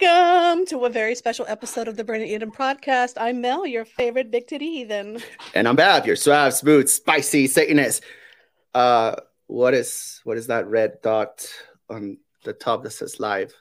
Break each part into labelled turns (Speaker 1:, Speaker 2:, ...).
Speaker 1: welcome to a very special episode of the Brennan Eden podcast. I'm Mel, your favorite big titty heathen.
Speaker 2: And I'm Bab, your suave, smooth, spicy Satanist. Uh, what is what is that red dot on the top that says live?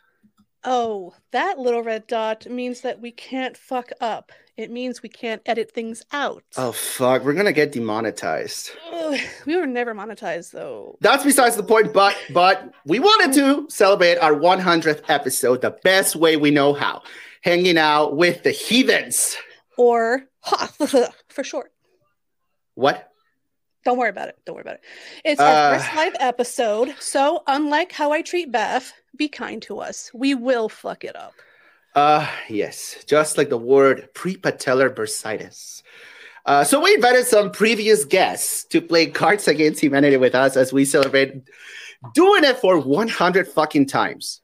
Speaker 1: Oh, that little red dot means that we can't fuck up. It means we can't edit things out.
Speaker 2: Oh fuck, we're gonna get demonetized.
Speaker 1: Ugh, we were never monetized though.
Speaker 2: That's besides the point, but but we wanted to celebrate our 100th episode the best way we know how, hanging out with the heathens.
Speaker 1: Or Hoth for short.
Speaker 2: What?
Speaker 1: Don't worry about it. Don't worry about it. It's our
Speaker 2: Uh.
Speaker 1: first live episode. So, unlike how I treat Beth, be kind to us. We will fuck it up.
Speaker 2: Uh, yes, just like the word prepatellar bursitis. Uh, so we invited some previous guests to play Cards Against Humanity with us as we celebrate doing it for 100 fucking times.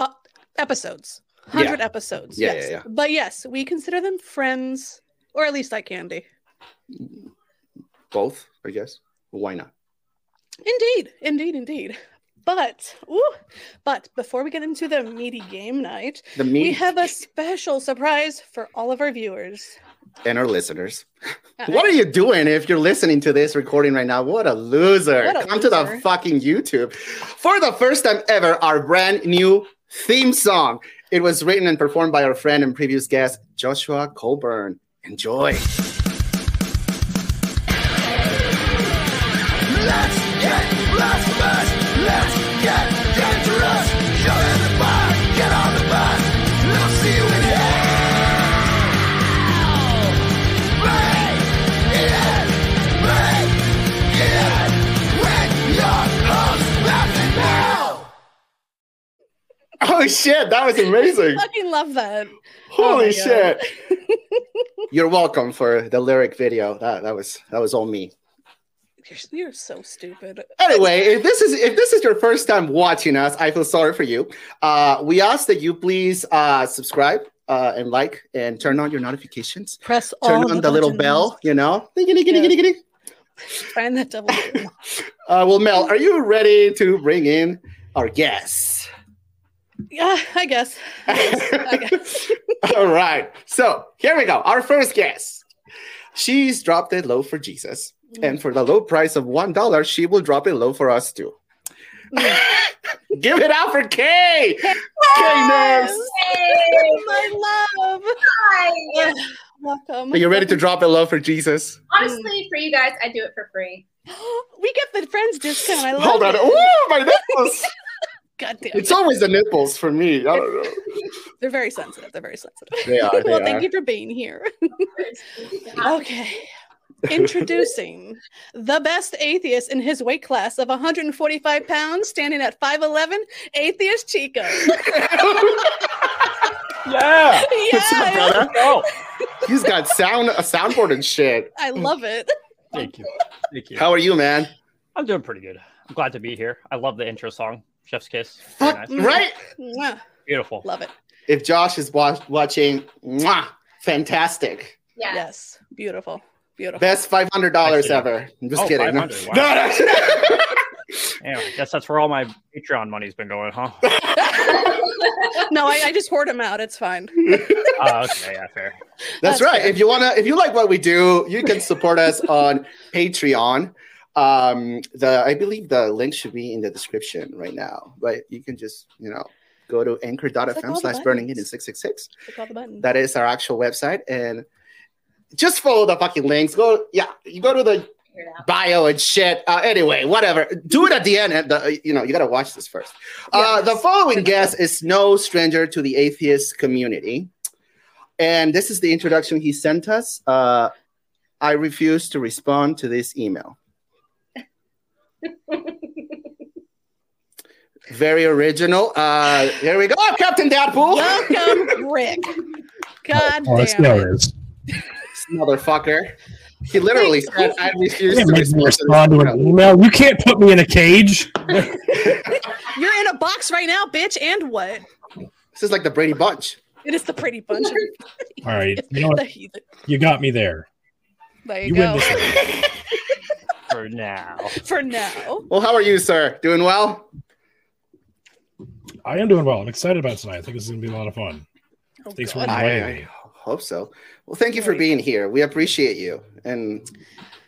Speaker 1: Uh, Episodes. 100 episodes.
Speaker 2: Yeah,
Speaker 1: yes.
Speaker 2: yeah, yeah.
Speaker 1: But yes, we consider them friends, or at least I can be.
Speaker 2: Both, I guess. Why not?
Speaker 1: Indeed, indeed, indeed. But, ooh, but before we get into the meaty game night,
Speaker 2: The
Speaker 1: we
Speaker 2: me
Speaker 1: have a special surprise for all of our viewers.
Speaker 2: and our listeners. What are you doing if you're listening to this recording right now? What a loser.
Speaker 1: What a
Speaker 2: Come to the
Speaker 1: loser.
Speaker 2: fucking YouTube. For the first time ever, our brand new theme song. It was written and performed by our friend and previous guest, Joshua Colburn. Enjoy. Oh shit, that was amazing.
Speaker 1: Fucking love that. Oh
Speaker 2: Holy
Speaker 1: my
Speaker 2: shit. You're welcome for the lyric video. That, that was that was all me.
Speaker 1: You're, you're so stupid.
Speaker 2: Anyway, if this is if this is your first time watching us, I feel sorry for you. Uh, we ask that you please uh, subscribe uh, and like and turn on your notifications.
Speaker 1: Press
Speaker 2: Turn
Speaker 1: all
Speaker 2: on the, little
Speaker 1: buttons.
Speaker 2: bell, you know. Ding, ding, ding, ding, ding, ding.
Speaker 1: Find that double. button.
Speaker 2: Uh, well, Mel, are you ready to bring in our guests?
Speaker 1: yeah, I guess. I guess. I guess.
Speaker 2: All right. So here we go. Our first guest. She's dropped it low for Jesus.
Speaker 1: Mm.
Speaker 2: And for the low price of $1, she will drop it low for us too. Give it out for Kay. Kay Nerves.
Speaker 1: my love.
Speaker 3: Hi.
Speaker 1: Welcome.
Speaker 2: Are you ready to drop it low for Jesus?
Speaker 3: Honestly, for you guys, I do it for free.
Speaker 1: We get the friends discount. I love
Speaker 2: Hold on.
Speaker 1: it.
Speaker 2: Oh, my nipples.
Speaker 1: God damn
Speaker 2: it's always the nipples for me. I don't know.
Speaker 1: They're very sensitive. They're very sensitive.
Speaker 2: They are. They
Speaker 1: well,
Speaker 2: are.
Speaker 1: thank you for being here. Okay. Introducing the best atheist in his weight class of 145 pounds, standing at 5'11, atheist Chico.
Speaker 4: Yeah.
Speaker 2: What's up,
Speaker 1: yeah,
Speaker 2: brother?
Speaker 4: Oh,
Speaker 2: He's got sound a soundboard and shit.
Speaker 1: I love it.
Speaker 4: thank you. Thank you.
Speaker 2: How are you, man?
Speaker 4: I'm doing pretty good. I'm glad to be here. I love the intro song, Chef's Kiss. Very
Speaker 2: Fuck,
Speaker 4: nice.
Speaker 2: right?
Speaker 1: Mwah.
Speaker 4: Beautiful.
Speaker 1: Love it.
Speaker 2: If Josh is wa- watching, mwah, fantastic.
Speaker 3: Yeah.
Speaker 1: Yes. Beautiful. Beautiful.
Speaker 2: Best five hundred dollars ever. I'm just
Speaker 4: Oh,
Speaker 2: kidding. No,
Speaker 4: 500,
Speaker 2: no, no.
Speaker 4: Yeah, I guess that's where all my Patreon money's been going, huh?
Speaker 1: No, I, I just hoard him out. It's fine.
Speaker 4: Oh, okay, yeah, fair.
Speaker 2: That's,
Speaker 1: That's
Speaker 2: right.
Speaker 1: fair.
Speaker 2: If you wanna, if you like what we do, you can support us on Patreon. Um, the I believe the link should be in the description right now, but you can just you know go to
Speaker 1: Click all
Speaker 2: anchor.fm
Speaker 1: the
Speaker 2: slash burning in
Speaker 1: buttons.
Speaker 2: six six six.
Speaker 1: Click all the buttons.
Speaker 2: That is our actual website, and just follow the fucking links. Go, yeah, you go to the
Speaker 3: Figure it out.
Speaker 2: bio and shit. Uh, anyway, whatever. Do it at the end. And the, you know, you gotta watch this first. Uh, the
Speaker 1: Yes.
Speaker 2: following guest is no stranger to the atheist community, and this is the introduction he sent us. Uh, I refuse to respond to this email. Very original. Uh, here we go, Captain Dadpool.
Speaker 1: Welcome, Rick. God
Speaker 5: Oh, let's
Speaker 1: damn
Speaker 5: go.
Speaker 1: it.
Speaker 5: Let's
Speaker 2: motherfucker. He literally said, "I refuse to
Speaker 5: Can't make me
Speaker 2: respond to
Speaker 5: respond to an
Speaker 2: this."
Speaker 5: email. You can't put me in a cage.
Speaker 1: You're in a box right now, bitch. And what?
Speaker 2: This is like the Brady Bunch.
Speaker 1: It is the pretty bunch.
Speaker 5: All right, you know what?
Speaker 1: The heathen.
Speaker 5: You got me there.
Speaker 1: There you,
Speaker 5: You win
Speaker 1: go.
Speaker 5: this one.
Speaker 4: For now.
Speaker 1: For now.
Speaker 2: Well, how are you, sir? Doing well?
Speaker 5: I am doing well. I'm excited about tonight. I think this is going to be a lot of fun.
Speaker 1: Oh,
Speaker 5: Thanks for
Speaker 1: God.
Speaker 5: that.
Speaker 2: I,
Speaker 5: Way.
Speaker 2: I hope so. Well, thank you for being here. We appreciate you, and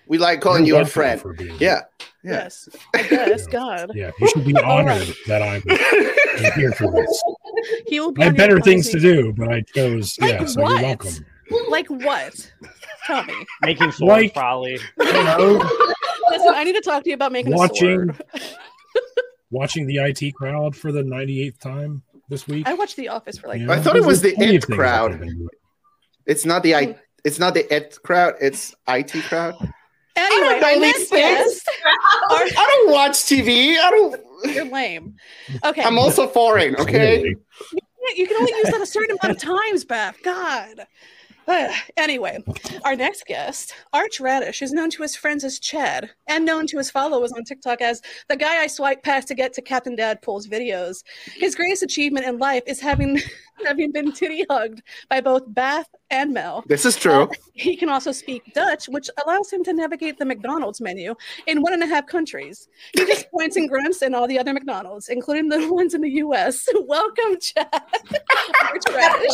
Speaker 2: we like calling you
Speaker 5: You're
Speaker 2: a
Speaker 5: welcome
Speaker 2: friend.
Speaker 5: for being
Speaker 2: Yeah, yeah.
Speaker 1: Yes. I guess. God.
Speaker 5: here. Yeah, you should be
Speaker 1: All right.
Speaker 5: honored that I'm here for this.
Speaker 1: He will be
Speaker 5: I
Speaker 1: on
Speaker 5: had
Speaker 1: your
Speaker 5: better things to
Speaker 1: podcast.
Speaker 5: do, but I chose.
Speaker 1: Like
Speaker 5: yeah, so
Speaker 1: what?
Speaker 5: you're welcome.
Speaker 1: Like what? Tell me.
Speaker 4: Making swords,
Speaker 5: Like-
Speaker 4: probably.
Speaker 5: Hello,
Speaker 1: Listen, I need to talk to you about making a
Speaker 5: watching,
Speaker 1: sword.
Speaker 5: watching the IT crowd for the 98th time this week.
Speaker 1: I watched The Office for like
Speaker 5: You
Speaker 2: I
Speaker 5: know,
Speaker 2: thought it was
Speaker 5: there's
Speaker 2: the
Speaker 5: plenty of
Speaker 2: IT
Speaker 5: things I
Speaker 2: crowd.
Speaker 5: could've been doing.
Speaker 2: It's not the I. It's not the it crowd. It's IT crowd.
Speaker 1: anyway.
Speaker 2: know
Speaker 1: I
Speaker 2: these
Speaker 1: missed
Speaker 2: things.
Speaker 1: this.
Speaker 2: I don't watch TV. I don't.
Speaker 1: You're lame. Okay.
Speaker 2: I'm also foreign. Okay.
Speaker 5: Clearly.
Speaker 1: You can only use that a certain amount of times, Beth. God. Ugh. anyway, our next guest, Arch Radish, is known to his friends as Chad and known to his followers on TikTok as the guy I swipe past to get to Captain Dadpool's videos. His greatest achievement in life is having having been titty hugged by both Beth and Mel.
Speaker 2: This is true.
Speaker 1: He can also speak Dutch, which allows him to navigate the McDonald's menu in one and a half countries. He just points and grunts in all the other McDonald's, including the ones in the US. Welcome, Chad. Arch Radish.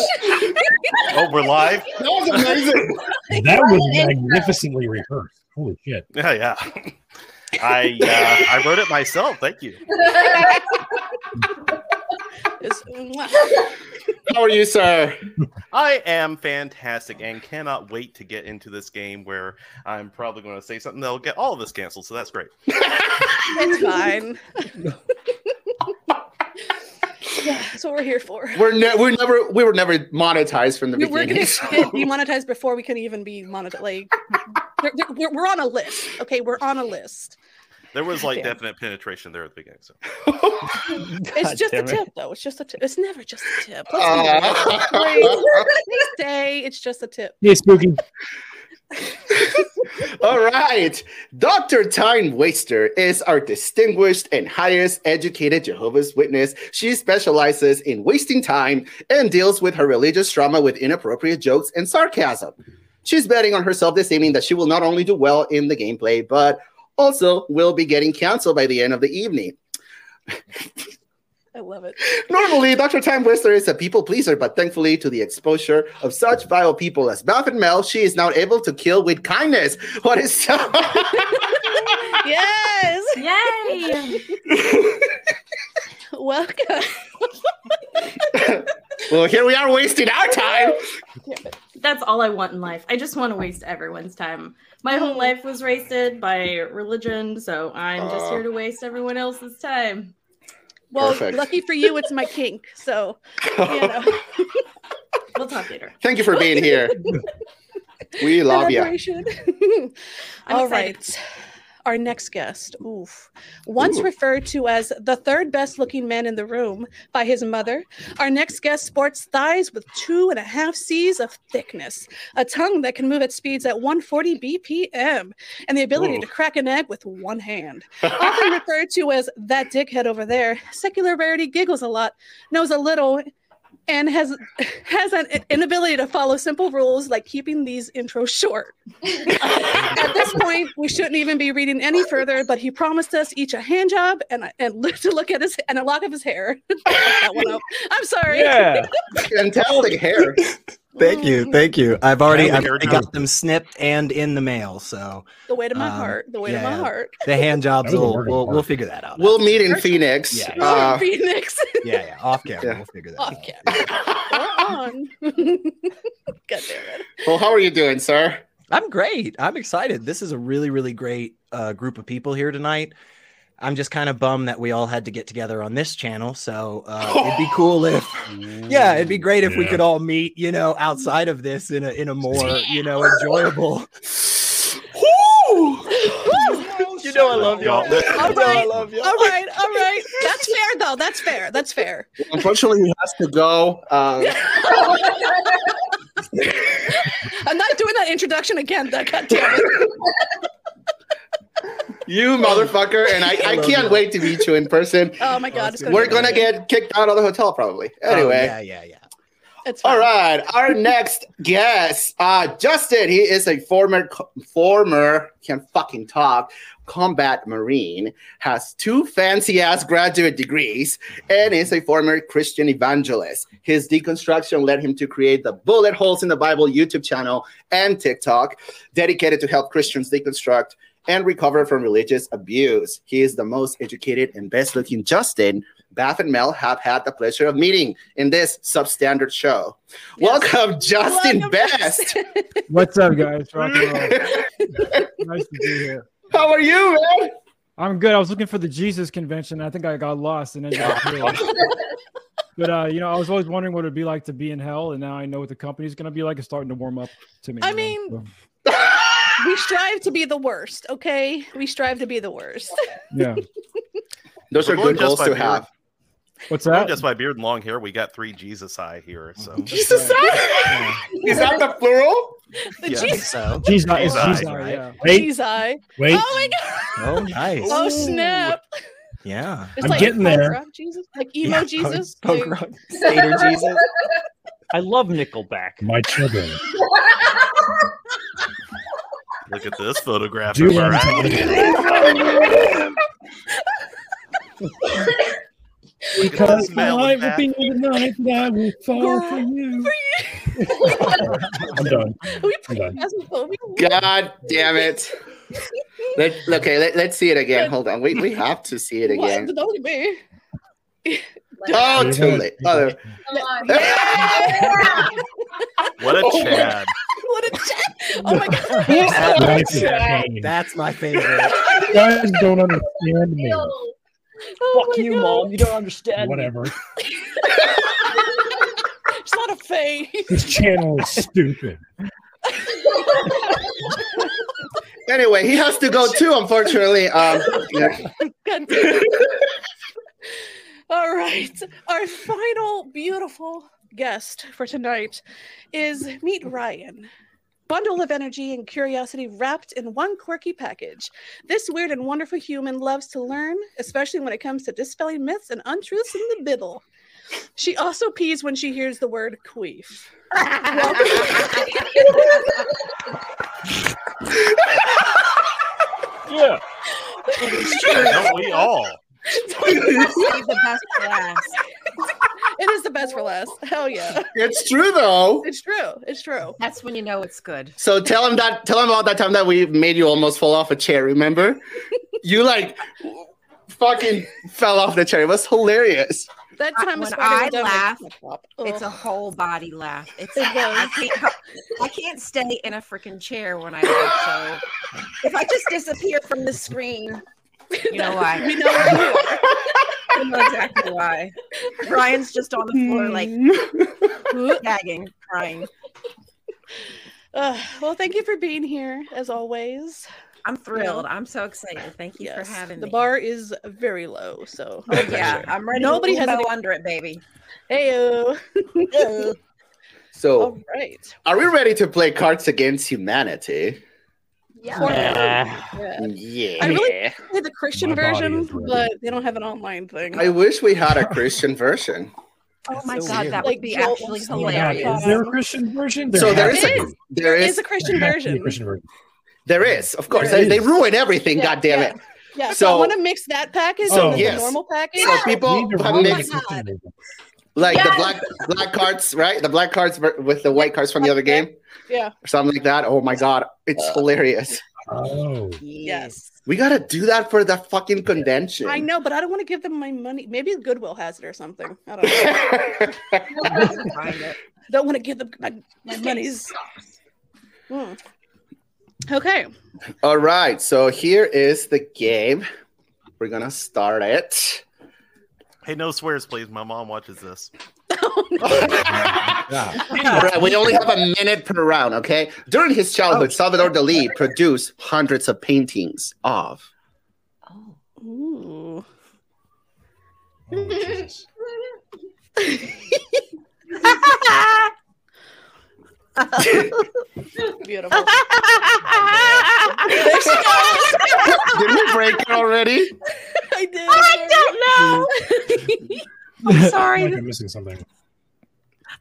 Speaker 6: Oh, we're live.
Speaker 2: That was amazing.
Speaker 5: That was
Speaker 3: Well, it-
Speaker 5: magnificently rehearsed. Holy shit!
Speaker 6: Yeah, yeah. I uh, I wrote it myself. Thank you.
Speaker 1: It's- mwah.
Speaker 2: How are you, sir?
Speaker 6: I am fantastic and cannot wait to get into this game where I'm probably going to say something that'll get all of us canceled. So that's great.
Speaker 1: It's fine. yeah, that's what we're here for.
Speaker 2: We're ne- we're never we were never monetized from the
Speaker 1: We're
Speaker 2: beginning.
Speaker 1: gonna get demonetized before we can even be monetized. Like, they're- they're- we're, we're on a list. Okay, we're on a list.
Speaker 6: There was like
Speaker 1: Goddamn.
Speaker 6: definite penetration there at the beginning. So
Speaker 1: It's
Speaker 4: God
Speaker 1: just a
Speaker 4: damn it.
Speaker 1: tip, though. It's just a tip. It's never just a tip. Let's be honest.
Speaker 2: Uh,
Speaker 1: Say it's just a tip.
Speaker 5: Hey, Spooky.
Speaker 2: All right. Dr. Time Waster is our distinguished and highest educated Jehovah's Witness. She specializes in wasting time and deals with her religious trauma with inappropriate jokes and sarcasm. She's betting on herself this evening that she will not only do well in the gameplay, but also will be getting canceled by the end of the evening.
Speaker 1: I love it.
Speaker 2: Normally, Dr. Time Whistler is a people pleaser, but thankfully to the exposure of such vile people as Beth and Mel, she is now able to kill with kindness. What is
Speaker 1: Yes.
Speaker 7: Yay!
Speaker 1: Welcome.
Speaker 2: Well, here we are wasting our time.
Speaker 7: That's all I want in life. I just want to waste everyone's time. My
Speaker 1: Oh.
Speaker 7: whole life was wasted by religion, so I'm just
Speaker 2: Uh.
Speaker 7: here to waste everyone else's time.
Speaker 1: Well,
Speaker 2: Perfect.
Speaker 1: lucky for you, it's my kink. So, you know,
Speaker 7: We'll talk later.
Speaker 2: Thank you for being here. We love you.
Speaker 1: collaboration.
Speaker 7: I'm
Speaker 1: All
Speaker 7: excited.
Speaker 1: right. Our next guest, oof, once
Speaker 2: Ooh.
Speaker 1: referred to as the third best looking man in the room by his mother, our next guest sports thighs with two and a half C's of thickness, a tongue that can move at speeds at 140 BPM, and the ability
Speaker 6: Ooh.
Speaker 1: to crack an egg with one hand. Often referred to as that dickhead over there, secular rarity giggles a lot, knows a little, and has has an inability to follow simple rules like keeping these intros short. At this point, we shouldn't even be reading any further, but he promised us each a hand job and a, and look- to look at his and a lock of his hair. Look that one up. I'm sorry.
Speaker 4: Yeah.
Speaker 2: Fantastic hair.
Speaker 8: Thank you, thank you. I've already
Speaker 6: Yeah,
Speaker 8: I've
Speaker 6: we
Speaker 8: already
Speaker 6: heard
Speaker 8: got them snipped and in the mail, so
Speaker 1: The weight of my
Speaker 8: Um,
Speaker 1: heart. The weight of
Speaker 8: yeah,
Speaker 1: my
Speaker 8: yeah.
Speaker 1: heart.
Speaker 8: the hand jobs
Speaker 5: That was a
Speaker 8: will
Speaker 5: work of
Speaker 8: we'll,
Speaker 5: art.
Speaker 8: we'll figure that out.
Speaker 2: We'll meet in Phoenix.
Speaker 8: Yeah.
Speaker 2: Uh,
Speaker 1: Phoenix.
Speaker 8: yeah, yeah, off camera,
Speaker 2: Yeah.
Speaker 8: we'll figure that
Speaker 1: Off
Speaker 8: out.
Speaker 1: camera. Or on. God damn it.
Speaker 2: well, how are you doing, sir?
Speaker 8: I'm great. I'm excited. This is a really really great uh, group of people here tonight. I'm just kind of bummed that we all had to get together on this channel, so uh, it'd be cool if yeah, it'd be great if we
Speaker 5: Yeah.
Speaker 8: could all meet, you know, outside of this in a in a more you know enjoyable. you know, I love y'all.
Speaker 6: Y'all-
Speaker 8: You know, I love y'all.
Speaker 1: All right, all right. That's fair though. That's fair. That's fair.
Speaker 2: Unfortunately, he has to go. Uh,
Speaker 1: I'm not doing that introduction again. That God damn it.
Speaker 2: you motherfucker, and I, I
Speaker 8: Love
Speaker 2: can't
Speaker 8: you.
Speaker 2: wait to meet you in person.
Speaker 1: Oh my god, it's gonna
Speaker 2: We're
Speaker 1: be-
Speaker 2: gonna get kicked out of the hotel probably.
Speaker 8: Oh,
Speaker 2: Anyway,
Speaker 8: yeah, yeah, yeah.
Speaker 1: It's fine.
Speaker 2: All right, our next guest, uh, Justin. He is a former co- former can fucking talk combat marine, has two fancy ass graduate degrees, and is a former Christian evangelist. His deconstruction led him to create the Bullet Holes in the Bible YouTube channel and TikTok, dedicated to help Christians deconstruct and recover from religious abuse. He is the most educated and best looking Justin Bath and Mel have had the pleasure of meeting in this substandard show.
Speaker 1: Yes.
Speaker 2: Welcome, Justin
Speaker 1: Welcome,
Speaker 2: Best.
Speaker 1: Justin.
Speaker 9: What's up, guys? Rock and roll. nice to be here.
Speaker 2: How are you, man?
Speaker 9: I'm good. I was looking for the Jesus convention. I think I got lost and ended up here. But uh, you know, I was always wondering what it'd be like to be in hell, and now I know what the company's gonna be like. It's starting to warm up to me.
Speaker 1: I
Speaker 9: you know,
Speaker 1: mean-
Speaker 9: so,
Speaker 1: we strive to be the worst, okay? We strive to be the worst.
Speaker 9: yeah.
Speaker 2: Those
Speaker 6: We're
Speaker 2: are
Speaker 6: going
Speaker 2: good
Speaker 6: just
Speaker 2: goals
Speaker 6: by
Speaker 2: to
Speaker 6: beard.
Speaker 2: have.
Speaker 9: What's
Speaker 6: Well,
Speaker 9: that?
Speaker 6: just my beard and long hair, we got three Jesus eye here. So
Speaker 2: Jesus, is that the plural?
Speaker 1: The
Speaker 6: Yeah.
Speaker 1: G's,
Speaker 8: so.
Speaker 10: uh,
Speaker 9: Jeez, I- it's
Speaker 6: Jeez,
Speaker 9: Jeez, I-
Speaker 8: right?
Speaker 9: yeah.
Speaker 5: Wait,
Speaker 1: G's eye.
Speaker 5: wait.
Speaker 1: Oh my god.
Speaker 8: Oh, nice.
Speaker 1: Oh snap.
Speaker 8: Yeah.
Speaker 1: It's
Speaker 5: I'm getting
Speaker 1: poke
Speaker 5: there.
Speaker 1: rock Jesus. Like emo
Speaker 8: Yeah,
Speaker 1: Jesus.
Speaker 8: Poke
Speaker 1: Like,
Speaker 8: rock. Stater Jesus.
Speaker 4: I love Nickelback.
Speaker 5: My children.
Speaker 6: look at this photograph.
Speaker 5: Do
Speaker 6: am I right?
Speaker 5: Because my
Speaker 6: smell of
Speaker 5: life
Speaker 6: that.
Speaker 5: will be the night that I will fall
Speaker 1: Girl,
Speaker 5: for you. I'm done.
Speaker 1: we
Speaker 5: I'm done.
Speaker 1: Phasmophobia?
Speaker 2: God damn it. Let, okay, let, let's see it again. Hold on. We, we have to see it
Speaker 1: What?
Speaker 2: again.
Speaker 1: Don't look at me.
Speaker 2: Oh, too
Speaker 5: You're
Speaker 2: late.
Speaker 5: gonna-
Speaker 2: Oh,
Speaker 3: Come on.
Speaker 6: What
Speaker 2: Oh
Speaker 6: a
Speaker 2: my
Speaker 6: Chad.
Speaker 1: What a jet. Oh my god.
Speaker 5: Guys,
Speaker 8: That's,
Speaker 5: you
Speaker 8: that's my favorite.
Speaker 5: guys don't understand me.
Speaker 1: Oh
Speaker 4: Fuck
Speaker 1: my
Speaker 4: you,
Speaker 1: God.
Speaker 4: mom. You don't understand.
Speaker 5: Whatever.
Speaker 1: It's not a face.
Speaker 5: This channel is stupid.
Speaker 2: anyway, he has to go too, unfortunately. Um, yeah.
Speaker 1: God damn it. All right. Our final beautiful guest for tonight is Meet Ryan. Bundle of energy and curiosity wrapped in one quirky package. This weird and wonderful human loves to learn, especially when it comes to dispelling myths and untruths in the Bible. She also pees when she hears the word queef.
Speaker 4: Yeah.
Speaker 6: Don't we all?
Speaker 11: the best for last.
Speaker 1: It is the best for last. Hell yeah.
Speaker 2: it's true though.
Speaker 1: It's true. It's true.
Speaker 11: That's when you know it's good.
Speaker 2: So tell him that tell him about that time that we made you almost fall off a chair, remember? you like fucking fell off the chair. It was hilarious.
Speaker 1: That
Speaker 11: I-
Speaker 1: time is
Speaker 11: when
Speaker 1: probably
Speaker 11: I
Speaker 1: the time my
Speaker 11: laugh,
Speaker 1: stomach dropped.
Speaker 11: It's a
Speaker 1: Ugh.
Speaker 11: whole body laugh. It's
Speaker 1: It
Speaker 11: I
Speaker 1: was.
Speaker 11: can't help- I can't stay in a freaking chair when I laugh. So if I just disappear from the screen, you know why?
Speaker 1: we know where you are.
Speaker 11: I know exactly why. Brian's just on the floor like
Speaker 1: Hmm.
Speaker 11: gagging, crying.
Speaker 1: Ugh, Uh, well, thank you for being here as always.
Speaker 11: I'm thrilled. I'm so excited. Thank you
Speaker 1: Yes,
Speaker 11: for having
Speaker 1: the
Speaker 11: me.
Speaker 1: bar is very low, so
Speaker 11: Oh, yeah, I'm ready.
Speaker 1: Nobody
Speaker 11: Nobody
Speaker 1: has
Speaker 11: has
Speaker 1: any-
Speaker 11: under it, baby.
Speaker 1: hey.
Speaker 2: So
Speaker 1: All right.
Speaker 2: are we ready to play cards against humanity? Mm,
Speaker 4: Nah.
Speaker 1: Yeah.
Speaker 2: Yeah.
Speaker 1: I really play the Christian
Speaker 5: My body
Speaker 1: version,
Speaker 5: is ready.
Speaker 1: but they don't have an online thing.
Speaker 2: I wish we had a Christian version.
Speaker 11: Oh
Speaker 8: That's
Speaker 11: my
Speaker 8: so
Speaker 11: god,
Speaker 8: weird.
Speaker 11: that
Speaker 1: Like
Speaker 11: would be
Speaker 1: Joel
Speaker 11: actually
Speaker 1: Osteen.
Speaker 5: Oh my God,
Speaker 11: hilarious.
Speaker 5: is there a Christian version?
Speaker 2: so there
Speaker 5: has
Speaker 2: is
Speaker 5: to
Speaker 2: a
Speaker 5: be.
Speaker 2: there
Speaker 1: There is
Speaker 2: is
Speaker 1: a Christian
Speaker 5: There has to be
Speaker 1: version.
Speaker 5: a Christian version.
Speaker 2: there is, of course.
Speaker 5: There
Speaker 2: They, they
Speaker 5: is.
Speaker 2: ruin everything,
Speaker 1: Yeah,
Speaker 2: God damn
Speaker 1: yeah.
Speaker 2: it.
Speaker 1: Yeah, so, I
Speaker 2: So- Oh,
Speaker 1: want to mix that package
Speaker 5: So,
Speaker 1: with
Speaker 2: yes.
Speaker 1: the normal package.
Speaker 2: So people
Speaker 5: Neither
Speaker 2: have
Speaker 5: one is
Speaker 2: mixed-
Speaker 5: a Christian version.
Speaker 2: like the
Speaker 3: Yes.
Speaker 2: black black cards, right? The black cards ver- with the white cards from the other game,
Speaker 1: Yeah.
Speaker 2: or something like that. Oh my god,
Speaker 1: Uh,
Speaker 2: it's hilarious.
Speaker 5: Oh,
Speaker 1: Yes.
Speaker 2: We gotta do that for the fucking convention.
Speaker 1: I know, but I don't want to give them my money. Maybe Goodwill has it or something. I don't know.
Speaker 11: Find it.
Speaker 1: don't want to give them my, my monies. Mm. Okay.
Speaker 2: All right, so here is the game. We're gonna start it.
Speaker 6: Hey, no swears, please. My mom watches this.
Speaker 2: All right, we only have a minute per round, okay? During his childhood, Salvador Dali produced hundreds of paintings of.
Speaker 11: Oh.
Speaker 1: Ooh.
Speaker 5: oh Jesus.
Speaker 1: Beautiful.
Speaker 2: Did we break it already?
Speaker 1: I did.
Speaker 11: I don't know. I'm
Speaker 5: I feel
Speaker 11: sorry.
Speaker 5: like I'm missing something.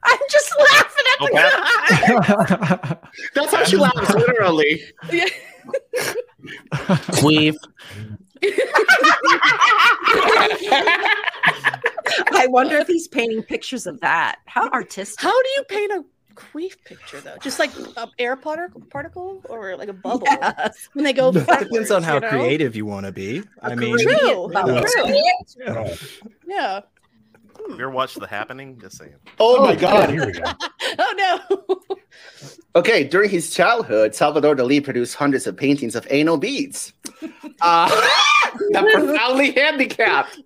Speaker 11: I'm just laughing at
Speaker 6: Oh,
Speaker 11: the
Speaker 6: Pat?
Speaker 11: guy.
Speaker 2: That's how she laughs, literally.
Speaker 1: Yeah.
Speaker 8: Queef.
Speaker 11: I wonder if he's painting pictures of that. How artistic.
Speaker 1: How do you paint a queef picture though? Just like an air particle, particle or like a bubble
Speaker 11: Yes.
Speaker 1: when they go.
Speaker 8: Depends on how
Speaker 1: backwards, you know?
Speaker 8: creative you want to be. I mean,
Speaker 11: Great
Speaker 1: True.
Speaker 11: bubble.
Speaker 1: True. Yeah.
Speaker 6: Have you ever watched The Happening? Just saying.
Speaker 2: Oh my
Speaker 5: God,
Speaker 2: god.
Speaker 5: here we go.
Speaker 1: Oh no.
Speaker 2: Okay, during his childhood, Salvador Dali produced hundreds of paintings of anal beads. Uh, the profoundly handicapped,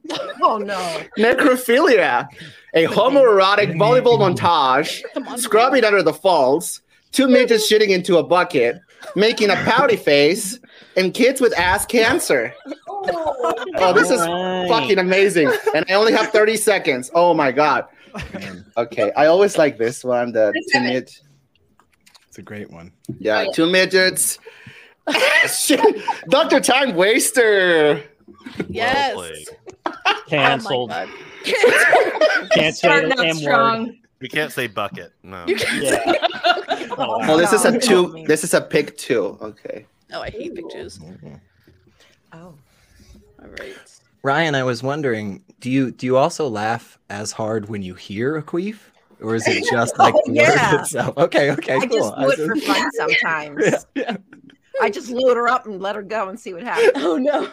Speaker 11: Oh no.
Speaker 2: necrophilia, a homoerotic volleyball montage,
Speaker 1: Come on.
Speaker 2: scrubbing under the falls, two midgets shitting into a bucket, making a pouty face, and kids with ass cancer. Oh, this is fucking amazing. And I only have 30 seconds. Oh my god. Okay, I always like this one, the two mid-
Speaker 8: it's a great one.
Speaker 2: Yeah, two midgets. Shit. Dr. Time Waster.
Speaker 1: Yes.
Speaker 6: played.
Speaker 4: Cancelled.
Speaker 10: Oh
Speaker 1: God.
Speaker 4: Cancelled.
Speaker 7: Starting out
Speaker 4: M word.
Speaker 7: strong.
Speaker 6: We can't say bucket. No.
Speaker 2: Um,
Speaker 4: Yeah.
Speaker 11: Oh,
Speaker 2: Oh, this is a
Speaker 11: no.
Speaker 2: two. This is a pick two. Okay.
Speaker 1: Oh, I hate pictures.
Speaker 11: Oh.
Speaker 1: All right.
Speaker 8: Ryan, I was wondering, do you do you also laugh as hard when you hear a queef, or is it just like
Speaker 11: Oh,
Speaker 8: the word
Speaker 11: yeah.
Speaker 8: itself? Okay, okay,
Speaker 11: I
Speaker 8: cool.
Speaker 11: just do it
Speaker 8: was-
Speaker 11: for fun sometimes.
Speaker 8: Yeah, yeah.
Speaker 11: I just load her up and let her go and see what happens.
Speaker 1: Oh no.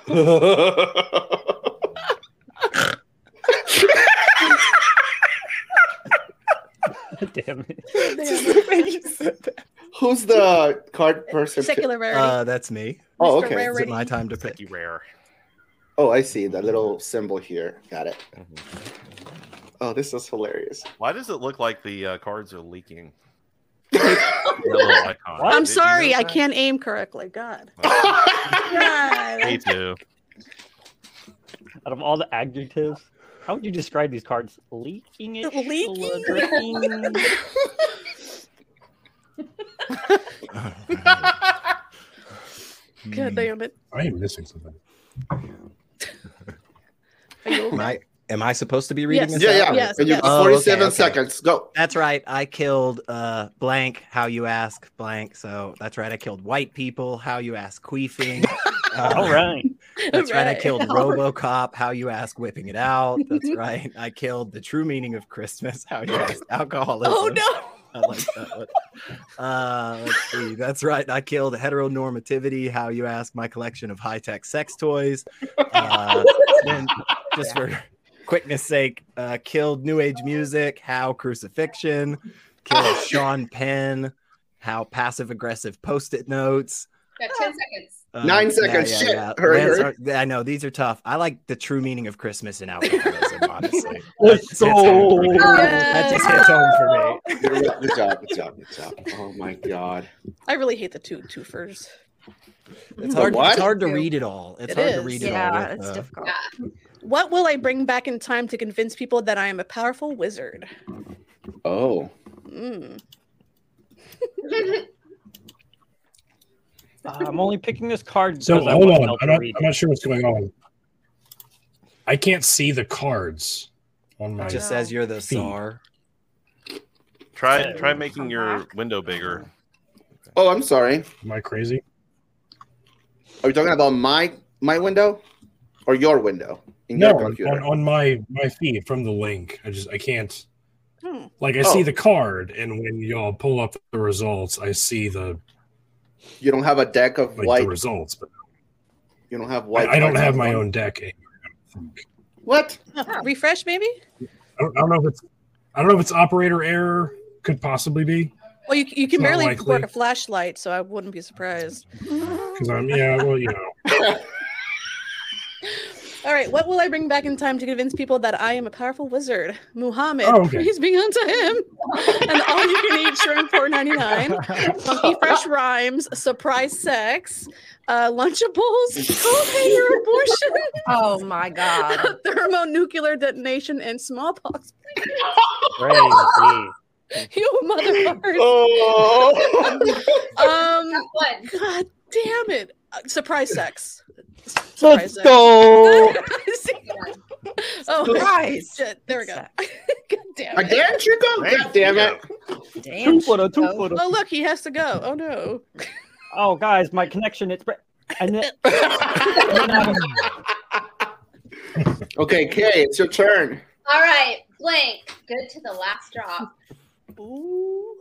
Speaker 4: Damn it.
Speaker 2: Who's the card person?
Speaker 1: Secular rarity.
Speaker 8: Uh, that's me.
Speaker 2: oh,
Speaker 1: Mr.
Speaker 2: okay.
Speaker 1: Rare.
Speaker 8: Is it my time to pick?
Speaker 6: Pretty rare.
Speaker 2: Oh, I see the little symbol here. Got it.
Speaker 6: Mm-hmm.
Speaker 2: Oh, this is hilarious.
Speaker 6: Why does it look like the uh, cards are leaking? The little icon.
Speaker 4: What?
Speaker 1: I'm
Speaker 6: Did you
Speaker 1: sorry, I
Speaker 6: notice
Speaker 1: can't aim correctly. God.
Speaker 6: that?
Speaker 1: God.
Speaker 6: Me too.
Speaker 4: Out of all the adjectives, how would you describe these cards? Leaking it?
Speaker 1: Leaking? God damn it.
Speaker 5: I am missing something.
Speaker 1: Are you okay?
Speaker 8: Am I am I supposed to be reading
Speaker 1: Yes.
Speaker 8: this?
Speaker 2: Yeah,
Speaker 8: out?
Speaker 2: yeah.
Speaker 1: Yes,
Speaker 2: and you
Speaker 1: yes.
Speaker 8: Oh,
Speaker 2: got
Speaker 8: okay,
Speaker 2: 47
Speaker 8: okay.
Speaker 2: seconds. Go.
Speaker 8: That's right. I killed uh blank. How you ask blank? So that's right. I killed white people. How you ask queefing? Uh,
Speaker 4: All right.
Speaker 8: That's right. I
Speaker 1: Right.
Speaker 8: killed RoboCop. How you ask whipping it out? That's right. I killed the true meaning of Christmas. How you ask alcoholism?
Speaker 1: Oh no.
Speaker 8: I like that one. Uh, let's see. That's right. I killed heteronormativity. How you ask my collection of high tech sex toys? Uh, then, just for quickness' sake, uh, killed New Age music. How crucifixion? Killed Sean Penn. How passive aggressive post it notes?
Speaker 3: Got 10 seconds.
Speaker 8: Uh,
Speaker 2: Nine seconds, shit. Hurry,
Speaker 8: Lance
Speaker 2: hurry.
Speaker 8: Ar- I know these are tough. I like the true meaning of Christmas and alcoholism, honestly.
Speaker 4: Let's
Speaker 8: That hits home for me. That
Speaker 4: go.
Speaker 8: just hits home for me.
Speaker 2: Good job. Good job. Good job. Oh my god.
Speaker 1: I really hate the two twofers. Hmm.
Speaker 8: It's hard,
Speaker 2: what?
Speaker 8: it's hard to read it all. It's
Speaker 1: It
Speaker 8: hard to
Speaker 1: is.
Speaker 8: read it all.
Speaker 11: Yeah,
Speaker 8: with,
Speaker 11: it's
Speaker 8: uh,
Speaker 11: difficult.
Speaker 1: What will I bring back in time to convince people that I am a powerful wizard?
Speaker 2: Oh.
Speaker 1: Mm.
Speaker 4: I'm only picking this card.
Speaker 5: So
Speaker 4: because I
Speaker 5: hold
Speaker 4: want
Speaker 5: on.
Speaker 4: Mel to
Speaker 5: I'm not,
Speaker 4: read
Speaker 5: I'm not sure what's going on. I can't see the cards on my.
Speaker 8: It just says you're the
Speaker 5: Feet.
Speaker 8: czar.
Speaker 6: Try try making your window bigger.
Speaker 2: Oh, I'm sorry.
Speaker 5: Am I crazy?
Speaker 2: Are you talking about my my window or your window in
Speaker 5: No,
Speaker 2: your
Speaker 5: on,
Speaker 2: computer?
Speaker 5: on my my feed from the link. I just I can't.
Speaker 1: Hmm.
Speaker 5: Like I
Speaker 2: Oh.
Speaker 5: see the card, and when y'all pull up the results, I see the
Speaker 2: You don't have a deck of
Speaker 5: like
Speaker 2: white.
Speaker 5: the results, but
Speaker 2: You don't have
Speaker 5: I,
Speaker 2: white.
Speaker 5: I don't
Speaker 2: cards
Speaker 5: have
Speaker 2: on
Speaker 5: my
Speaker 2: one.
Speaker 5: own deck. anymore, I don't, think.
Speaker 2: What?
Speaker 1: Refresh, maybe?
Speaker 5: I don't, I don't know if it's I don't know if it's operator error. Could possibly be
Speaker 1: Well, you, you can
Speaker 5: Not
Speaker 1: barely
Speaker 5: likely.
Speaker 1: work a flashlight, so I wouldn't be surprised.
Speaker 5: because I'm yeah well you know
Speaker 1: All right, what will I bring back in time to convince people that I am a powerful wizard? Muhammad,
Speaker 5: Oh, okay.
Speaker 1: praise be unto him. and all you can eat shrimp four ninety nine. Funky fresh rhymes, surprise sex, uh, lunchables, cold hanger abortion,
Speaker 11: Oh my god.
Speaker 1: thermonuclear detonation, and smallpox.
Speaker 4: Crazy.
Speaker 1: You motherfuckers.
Speaker 2: Oh.
Speaker 1: Um,
Speaker 3: One.
Speaker 1: God damn it! Uh, surprise sex.
Speaker 4: Let's
Speaker 1: Surprise sex.
Speaker 4: go.
Speaker 1: See? Oh,
Speaker 11: Surprise.
Speaker 1: shit. There we go. God damn it.
Speaker 2: Again, Chico? Thank God damn it.
Speaker 4: Two footer, two footer.
Speaker 1: Oh, look, he has to go. Oh, no.
Speaker 4: Oh, guys, my connection. It's. Bre- and then,
Speaker 2: Okay, Kay, it's your turn.
Speaker 3: All right, blank. Good to the last drop.
Speaker 1: Ooh.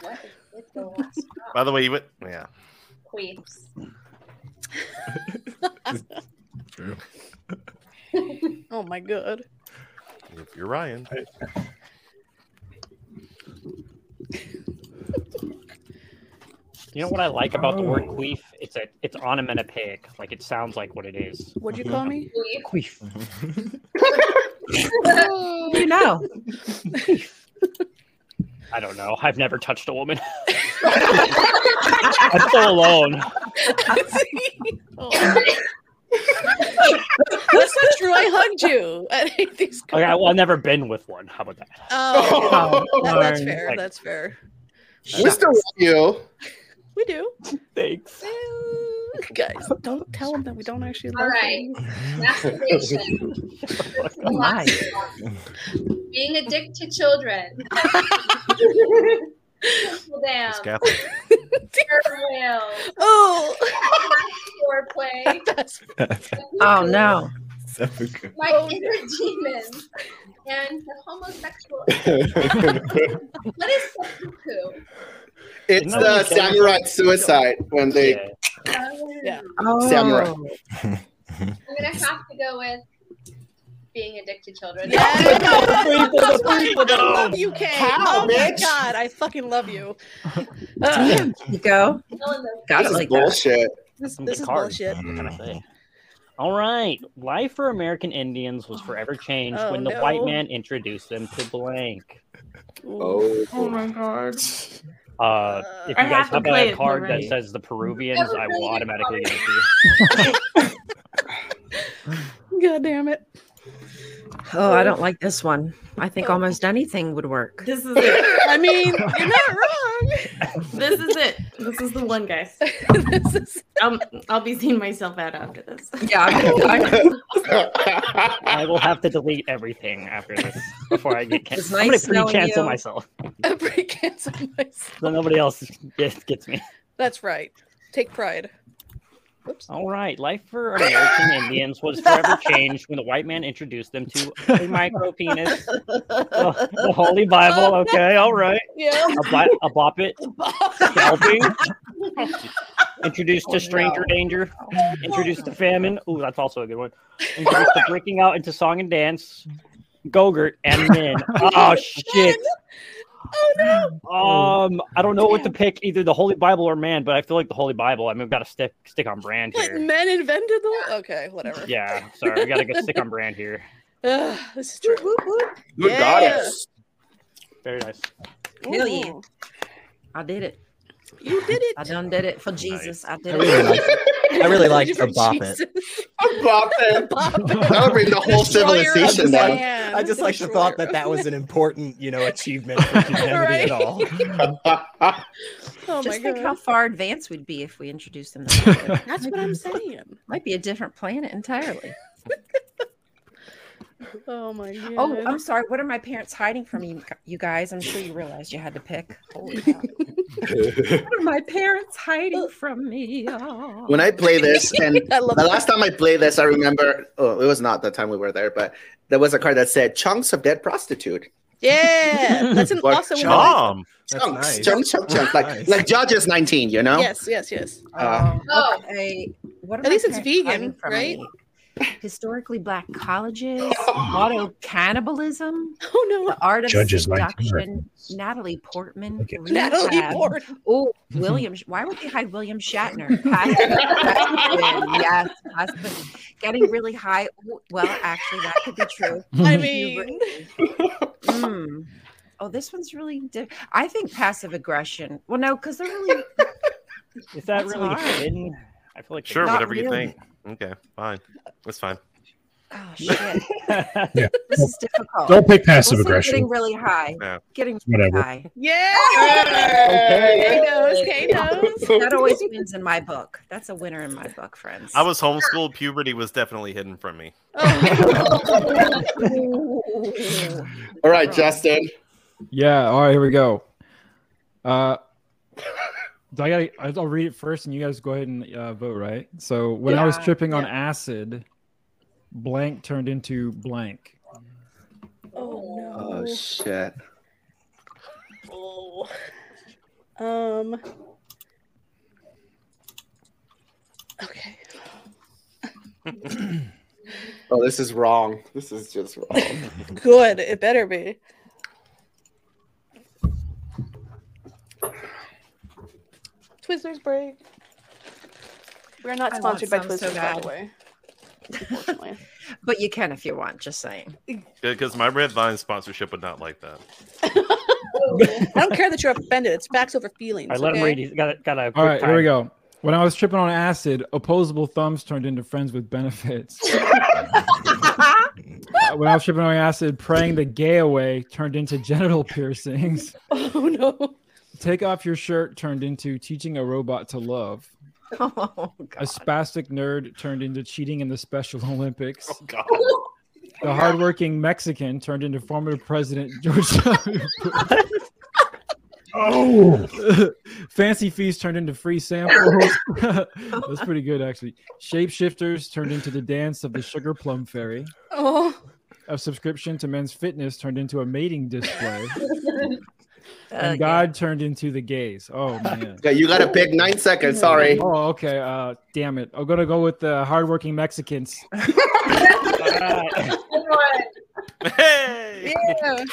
Speaker 3: What is good to the last drop?
Speaker 6: By the way, you went. Yeah.
Speaker 3: Queefs.
Speaker 1: Oh, my God.
Speaker 6: If you're Ryan.
Speaker 4: you know what I like about the word queef? It's a, it's onomatopoeic. Like it sounds like what it is.
Speaker 1: What'd you call me?
Speaker 3: Queef.
Speaker 4: Queef.
Speaker 11: You know.
Speaker 4: I don't know. I've never touched a woman. I'm so alone.
Speaker 1: Oh. That's not true. I hugged you. I hate these
Speaker 4: Okay, Oh, well, I've never been with one. How about that?
Speaker 1: Oh,
Speaker 2: Oh,
Speaker 1: that- that's
Speaker 9: darn.
Speaker 1: fair.
Speaker 4: Like-
Speaker 1: That's fair.
Speaker 2: We still love you.
Speaker 1: We do.
Speaker 4: Thanks.
Speaker 1: Guys, don't tell them that we don't actually
Speaker 3: All
Speaker 1: love
Speaker 3: right.
Speaker 1: them.
Speaker 3: Masturbation.
Speaker 11: Oh my.
Speaker 3: Being a dick to children. Well, Damn.
Speaker 6: It's Catholic.
Speaker 3: Turmoil.
Speaker 1: Oh,
Speaker 3: Foreplay.
Speaker 1: that's
Speaker 11: Oh no.
Speaker 3: My
Speaker 1: Oh,
Speaker 3: inner demons. And the homosexual. What is seppuku?
Speaker 2: It's
Speaker 4: No,
Speaker 2: the
Speaker 4: we don't.
Speaker 2: samurai suicide when they.
Speaker 4: Yeah.
Speaker 1: Yeah.
Speaker 11: Oh.
Speaker 2: Samurai.
Speaker 3: Um, I'm gonna have to go with being a dick to children.
Speaker 1: yeah. That's why I
Speaker 6: no.
Speaker 1: love you, Kay.
Speaker 2: How,
Speaker 1: oh my
Speaker 2: bitch?
Speaker 1: god, I fucking love you. Ugh,
Speaker 11: Damn, Chico.
Speaker 3: Telling them
Speaker 11: Got
Speaker 2: This
Speaker 11: it
Speaker 2: is
Speaker 11: like that.
Speaker 2: bullshit.
Speaker 1: this
Speaker 4: Some
Speaker 1: this
Speaker 4: good
Speaker 1: is
Speaker 4: cards.
Speaker 1: bullshit.
Speaker 4: What can I say? All right. Life for American Indians was forever changed
Speaker 1: Oh,
Speaker 4: when the
Speaker 1: no.
Speaker 4: white man introduced them to blank.
Speaker 2: Oh.
Speaker 7: god.
Speaker 4: Uh, if
Speaker 1: I
Speaker 4: you
Speaker 7: have
Speaker 4: guys
Speaker 7: to
Speaker 4: have
Speaker 7: play it
Speaker 4: a
Speaker 7: for
Speaker 4: card that
Speaker 7: Ryan.
Speaker 4: says the Peruvians, I will automatically give it to you.
Speaker 1: God damn it.
Speaker 11: Oh, I don't like this one. I think
Speaker 1: Oh.
Speaker 11: almost anything would work.
Speaker 7: This is it.
Speaker 1: I mean, you're not wrong.
Speaker 7: This is it. This is the one, guys.
Speaker 1: this is
Speaker 7: Um, I'll be seeing myself out after this.
Speaker 11: Yeah.
Speaker 4: I will have to delete everything after this before I get
Speaker 11: It's
Speaker 4: canceled.
Speaker 11: nice
Speaker 4: I'm gonna
Speaker 11: knowing
Speaker 4: pre-cancel
Speaker 11: you.
Speaker 4: myself
Speaker 1: a break cancel myself.
Speaker 4: so nobody else gets, gets me.
Speaker 1: That's right. Take pride. Oops.
Speaker 4: All right, life for American Indians was forever changed when the white man introduced them to a micro penis, the, the Holy Bible. Okay, all right,
Speaker 1: Yeah.
Speaker 4: a, bi- a bop it, scalping, introduced to stranger danger, introduced to famine. Ooh, that's also a good one. Introduced to breaking out into song and dance, Gogurt, and men. Oh shit.
Speaker 1: Oh no.
Speaker 10: Oh.
Speaker 4: Um, I don't know what to pick, either the Holy Bible or man, but I feel like the Holy Bible. I mean, we've got to stick stick on brand
Speaker 1: What
Speaker 4: here.
Speaker 1: men invented the okay, whatever.
Speaker 4: Yeah, sorry, we got to go stick on brand here.
Speaker 1: Ugh, this is true.
Speaker 2: You got it.
Speaker 4: Very nice.
Speaker 11: Hell yeah.
Speaker 1: Ooh,
Speaker 11: I did it.
Speaker 1: You did it.
Speaker 11: I done did it for Jesus. I
Speaker 8: I
Speaker 11: did
Speaker 8: really
Speaker 11: it.
Speaker 8: like, I really liked
Speaker 1: For
Speaker 8: the bop
Speaker 1: Jesus.
Speaker 8: it.
Speaker 2: I'm bopping. That would bring the whole
Speaker 1: Destroyer of
Speaker 2: civilization down.
Speaker 1: man.
Speaker 8: I just like the thought that that was an important, you know, achievement for humanity at all.
Speaker 1: Destroyer. Oh my
Speaker 11: Just think
Speaker 1: god.
Speaker 11: how far advanced we'd be if we introduced them. To
Speaker 1: That's what I'm saying.
Speaker 11: Might be a different planet entirely.
Speaker 1: Oh my god.
Speaker 11: Oh, I'm sorry. What are my parents hiding from you, you guys? I'm sure you realized you had to pick. Holy cow. what are my parents hiding from me? Oh.
Speaker 2: when I play this, and
Speaker 1: I love
Speaker 2: the last time I played this, I remember. Oh, it was not the time we were there, but there was a card that said "chunks of dead prostitute."
Speaker 1: Yeah, that's an
Speaker 2: Like
Speaker 1: awesome one.
Speaker 6: Tom.
Speaker 8: That's
Speaker 2: Chunks,
Speaker 8: nice.
Speaker 2: chunks, chunks, chunks. Like
Speaker 8: Nice.
Speaker 2: like Judges 19, you know.
Speaker 1: Yes, yes, yes.
Speaker 2: Uh,
Speaker 3: Oh.
Speaker 11: okay. What are
Speaker 1: At
Speaker 11: my
Speaker 1: least it's
Speaker 11: parents
Speaker 1: vegan,
Speaker 11: hiding from
Speaker 1: right?
Speaker 11: me? Historically black colleges, auto cannibalism,
Speaker 1: Oh no,
Speaker 11: the art of
Speaker 5: Judges like
Speaker 11: seduction, Natalie Portman,
Speaker 5: Okay.
Speaker 1: Natalie
Speaker 11: rehab.
Speaker 1: Ford.
Speaker 11: Oh, William! Sh- Why would they hide William Shatner? Husband, yes, husband. Getting really high. Ooh, Well, actually, that could be true.
Speaker 1: I
Speaker 11: Puberty.
Speaker 1: mean,
Speaker 11: Mm. Oh, this one's really. Diff- I think passive aggression. Well, no, because they're really.
Speaker 4: Is that
Speaker 11: That's
Speaker 4: really
Speaker 11: hard.
Speaker 4: hidden? I feel like
Speaker 6: Sure,
Speaker 11: Not
Speaker 6: whatever you
Speaker 11: really.
Speaker 6: think. Okay, fine. That's fine.
Speaker 11: Oh shit.
Speaker 5: Yeah.
Speaker 11: This is difficult.
Speaker 5: Don't pick passive
Speaker 11: Listen,
Speaker 5: aggression.
Speaker 11: Getting really high.
Speaker 5: Yeah.
Speaker 11: Getting really
Speaker 5: Whatever.
Speaker 11: high.
Speaker 1: Yeah.
Speaker 11: Okay.
Speaker 1: knows, Kay knows.
Speaker 11: That always wins in my book. That's a winner in my book, friends.
Speaker 6: I was homeschooled. Puberty was definitely hidden from me.
Speaker 2: All right, Justin.
Speaker 9: Yeah. All right. Here we go. Uh, do I gotta, I'll- I'll read it first, and you guys go ahead and uh, vote. Right. So when I was
Speaker 5: Yeah,
Speaker 9: tripping on acid, blank turned into blank.
Speaker 2: Oh shit.
Speaker 1: Oh. Um. Okay.
Speaker 2: Oh, this is wrong. This is just wrong.
Speaker 1: Good. It better be. Twizzlers break. We're not
Speaker 11: I want
Speaker 1: sponsored by
Speaker 11: some
Speaker 1: Twizzlers, by
Speaker 11: so bad.
Speaker 1: the way.
Speaker 11: but you can if you want, just saying.
Speaker 1: Oh
Speaker 6: Because my Red Vine sponsorship would not like that.
Speaker 1: I don't care that you're offended. It's facts over feelings.
Speaker 4: I let him
Speaker 1: okay?
Speaker 4: read. He's got got a.
Speaker 9: All
Speaker 4: quick
Speaker 9: right. Here
Speaker 4: time.
Speaker 9: we go. When I was tripping on acid, opposable thumbs turned into friends with benefits. Uh, when I was tripping on acid, praying the gay away turned into genital piercings.
Speaker 1: Oh no.
Speaker 9: Take off your shirt turned into teaching a robot to love.
Speaker 1: Oh,
Speaker 9: A spastic nerd turned into cheating in the Special Olympics. Oh,
Speaker 6: God.
Speaker 9: The hardworking Mexican turned into former President George W. Bush.
Speaker 5: Oh.
Speaker 9: Fancy feast turned into free samples. That's pretty good, actually. Shapeshifters turned into the dance of the Sugar Plum Fairy.
Speaker 1: Oh.
Speaker 9: A subscription to Men's Fitness turned into a mating display.
Speaker 2: Okay.
Speaker 9: and God turned into the gays. Oh man.
Speaker 2: Yeah, you gotta pick nine seconds, sorry.
Speaker 9: Oh, okay. Uh, damn it. I'm gonna go with the hardworking Mexicans.
Speaker 1: Hey. Yeah.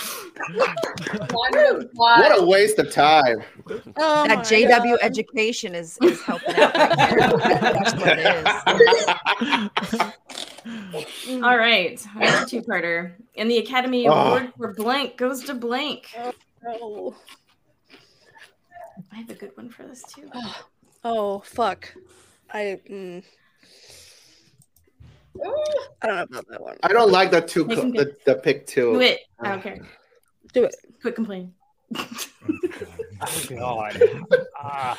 Speaker 2: What a waste of time.
Speaker 1: Oh my
Speaker 11: that JW education is, is
Speaker 4: Oh,
Speaker 11: helping out. That's what it is.
Speaker 7: All right, another two-parter. And the Academy
Speaker 11: Oh.
Speaker 7: Award for blank goes to blank.
Speaker 1: Oh,
Speaker 7: I have a good one for this too.
Speaker 1: Oh fuck. I. Mm. I don't know about that one.
Speaker 2: Ah. I don't like the two
Speaker 1: Make him
Speaker 2: the, the pick two.
Speaker 1: Do it.
Speaker 7: I don't care.
Speaker 1: Do it.
Speaker 7: Quit complaining.
Speaker 4: Oh, God. Ah.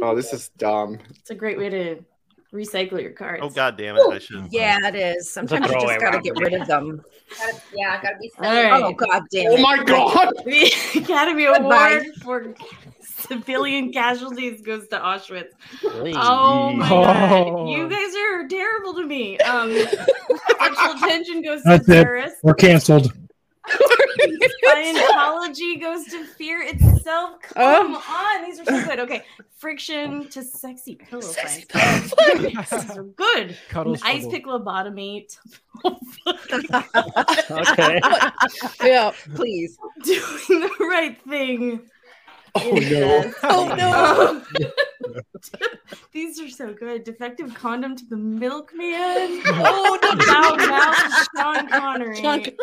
Speaker 2: Oh, this is dumb.
Speaker 7: It's a great way to recycle your cards.
Speaker 6: Oh God damn it! I should.
Speaker 7: Yeah,
Speaker 11: it is.
Speaker 7: Sometimes you
Speaker 6: throwaway
Speaker 7: just gotta
Speaker 6: round.
Speaker 7: get rid of
Speaker 11: them.
Speaker 3: Gotta- yeah, gotta be
Speaker 7: All right.
Speaker 3: silly.
Speaker 11: God damn
Speaker 2: Oh my God.
Speaker 7: The Academy
Speaker 11: Goodbye.
Speaker 7: Award for civilian casualties goes to Auschwitz.
Speaker 4: Please.
Speaker 7: Oh my
Speaker 5: Oh.
Speaker 7: god. You guys are terrible to me. Um sexual tension goes to
Speaker 5: That's it.
Speaker 7: terrorists.
Speaker 5: We're canceled.
Speaker 7: Scientology goes to fear itself. Come on, these are so good. Okay, friction to sexy pillow fights. these are good.
Speaker 1: Cuddle
Speaker 7: An ice
Speaker 1: struggle.
Speaker 7: pick lobotomy.
Speaker 1: Okay. Yeah.
Speaker 11: Please.
Speaker 7: Doing the right thing. Um,
Speaker 11: Oh,
Speaker 1: Oh,
Speaker 11: no.
Speaker 1: no.
Speaker 7: These are so good. Defective condom to the milkman.
Speaker 1: Oh, no.
Speaker 7: Foul mouth to Sean Connery.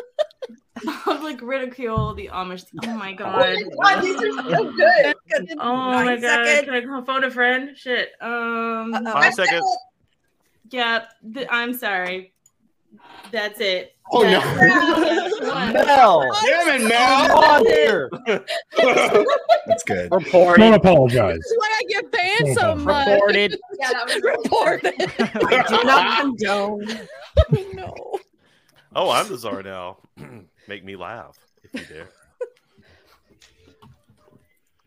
Speaker 7: Public ridicule, the Amish. Oh my god.
Speaker 3: Oh my God, these are so good.
Speaker 7: Oh my
Speaker 3: Nine
Speaker 7: god.
Speaker 3: seconds.
Speaker 7: Can I call phone a friend? Shit. Um
Speaker 6: Five seconds.
Speaker 7: Yep. th- I'm sorry. That's it.
Speaker 6: Oh, no.
Speaker 7: Mel.
Speaker 2: Damn it,
Speaker 5: That's good.
Speaker 4: Reported.
Speaker 5: Don't apologize.
Speaker 1: That's why I get banned so
Speaker 5: Reported.
Speaker 1: much.
Speaker 4: Reported.
Speaker 1: Yeah, that was reported.
Speaker 7: do not
Speaker 11: condone.
Speaker 6: Oh, I'm the czar now. Make me laugh if you dare.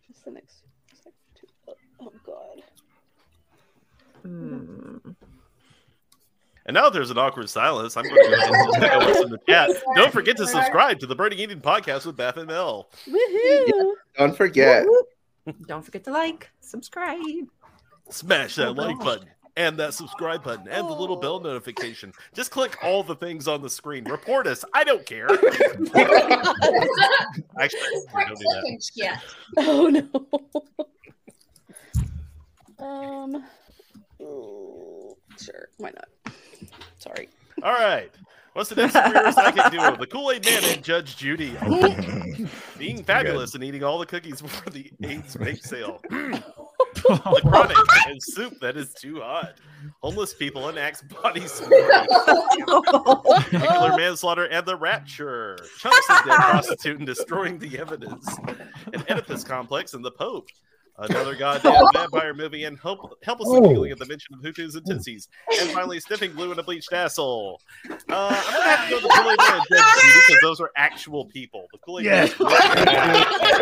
Speaker 1: What's the next? Oh god.
Speaker 11: Hmm.
Speaker 6: And now that there's an awkward silence. I'm going to go ahead and take a listen to chat. Don't forget to subscribe to the Burning Eating Podcast with Beth and Mel.
Speaker 1: Woohoo!
Speaker 2: Don't forget.
Speaker 11: Don't forget to like, subscribe.
Speaker 6: Smash that like button and that subscribe button and the little bell notification. Just click all the things on the screen. Report us. I don't care. Actually, don't do that.
Speaker 3: Yeah.
Speaker 1: Oh no. um. oh, Sure. Why not? Sorry.
Speaker 6: All right. What's the next career psychic duo? The Kool Aid Man and Judge Judy. Being fabulous and eating all the cookies before the AIDS bake sale. Chronic and soup that is too hot. Homeless people and axe bodies. Regular manslaughter and the rapture. Chunks the dead prostitute and destroying the evidence. An Oedipus complex and the Pope. Another goddamn vampire movie and help, helplessly
Speaker 12: Oh.
Speaker 6: giggling at the mention of Hutus and Tootsies. And finally, sniffing glue in a bleached asshole. Uh, I'm going to have to go with the Kool-Aid Man and Dead Sea because those are actual people. The Kool-Aid Man-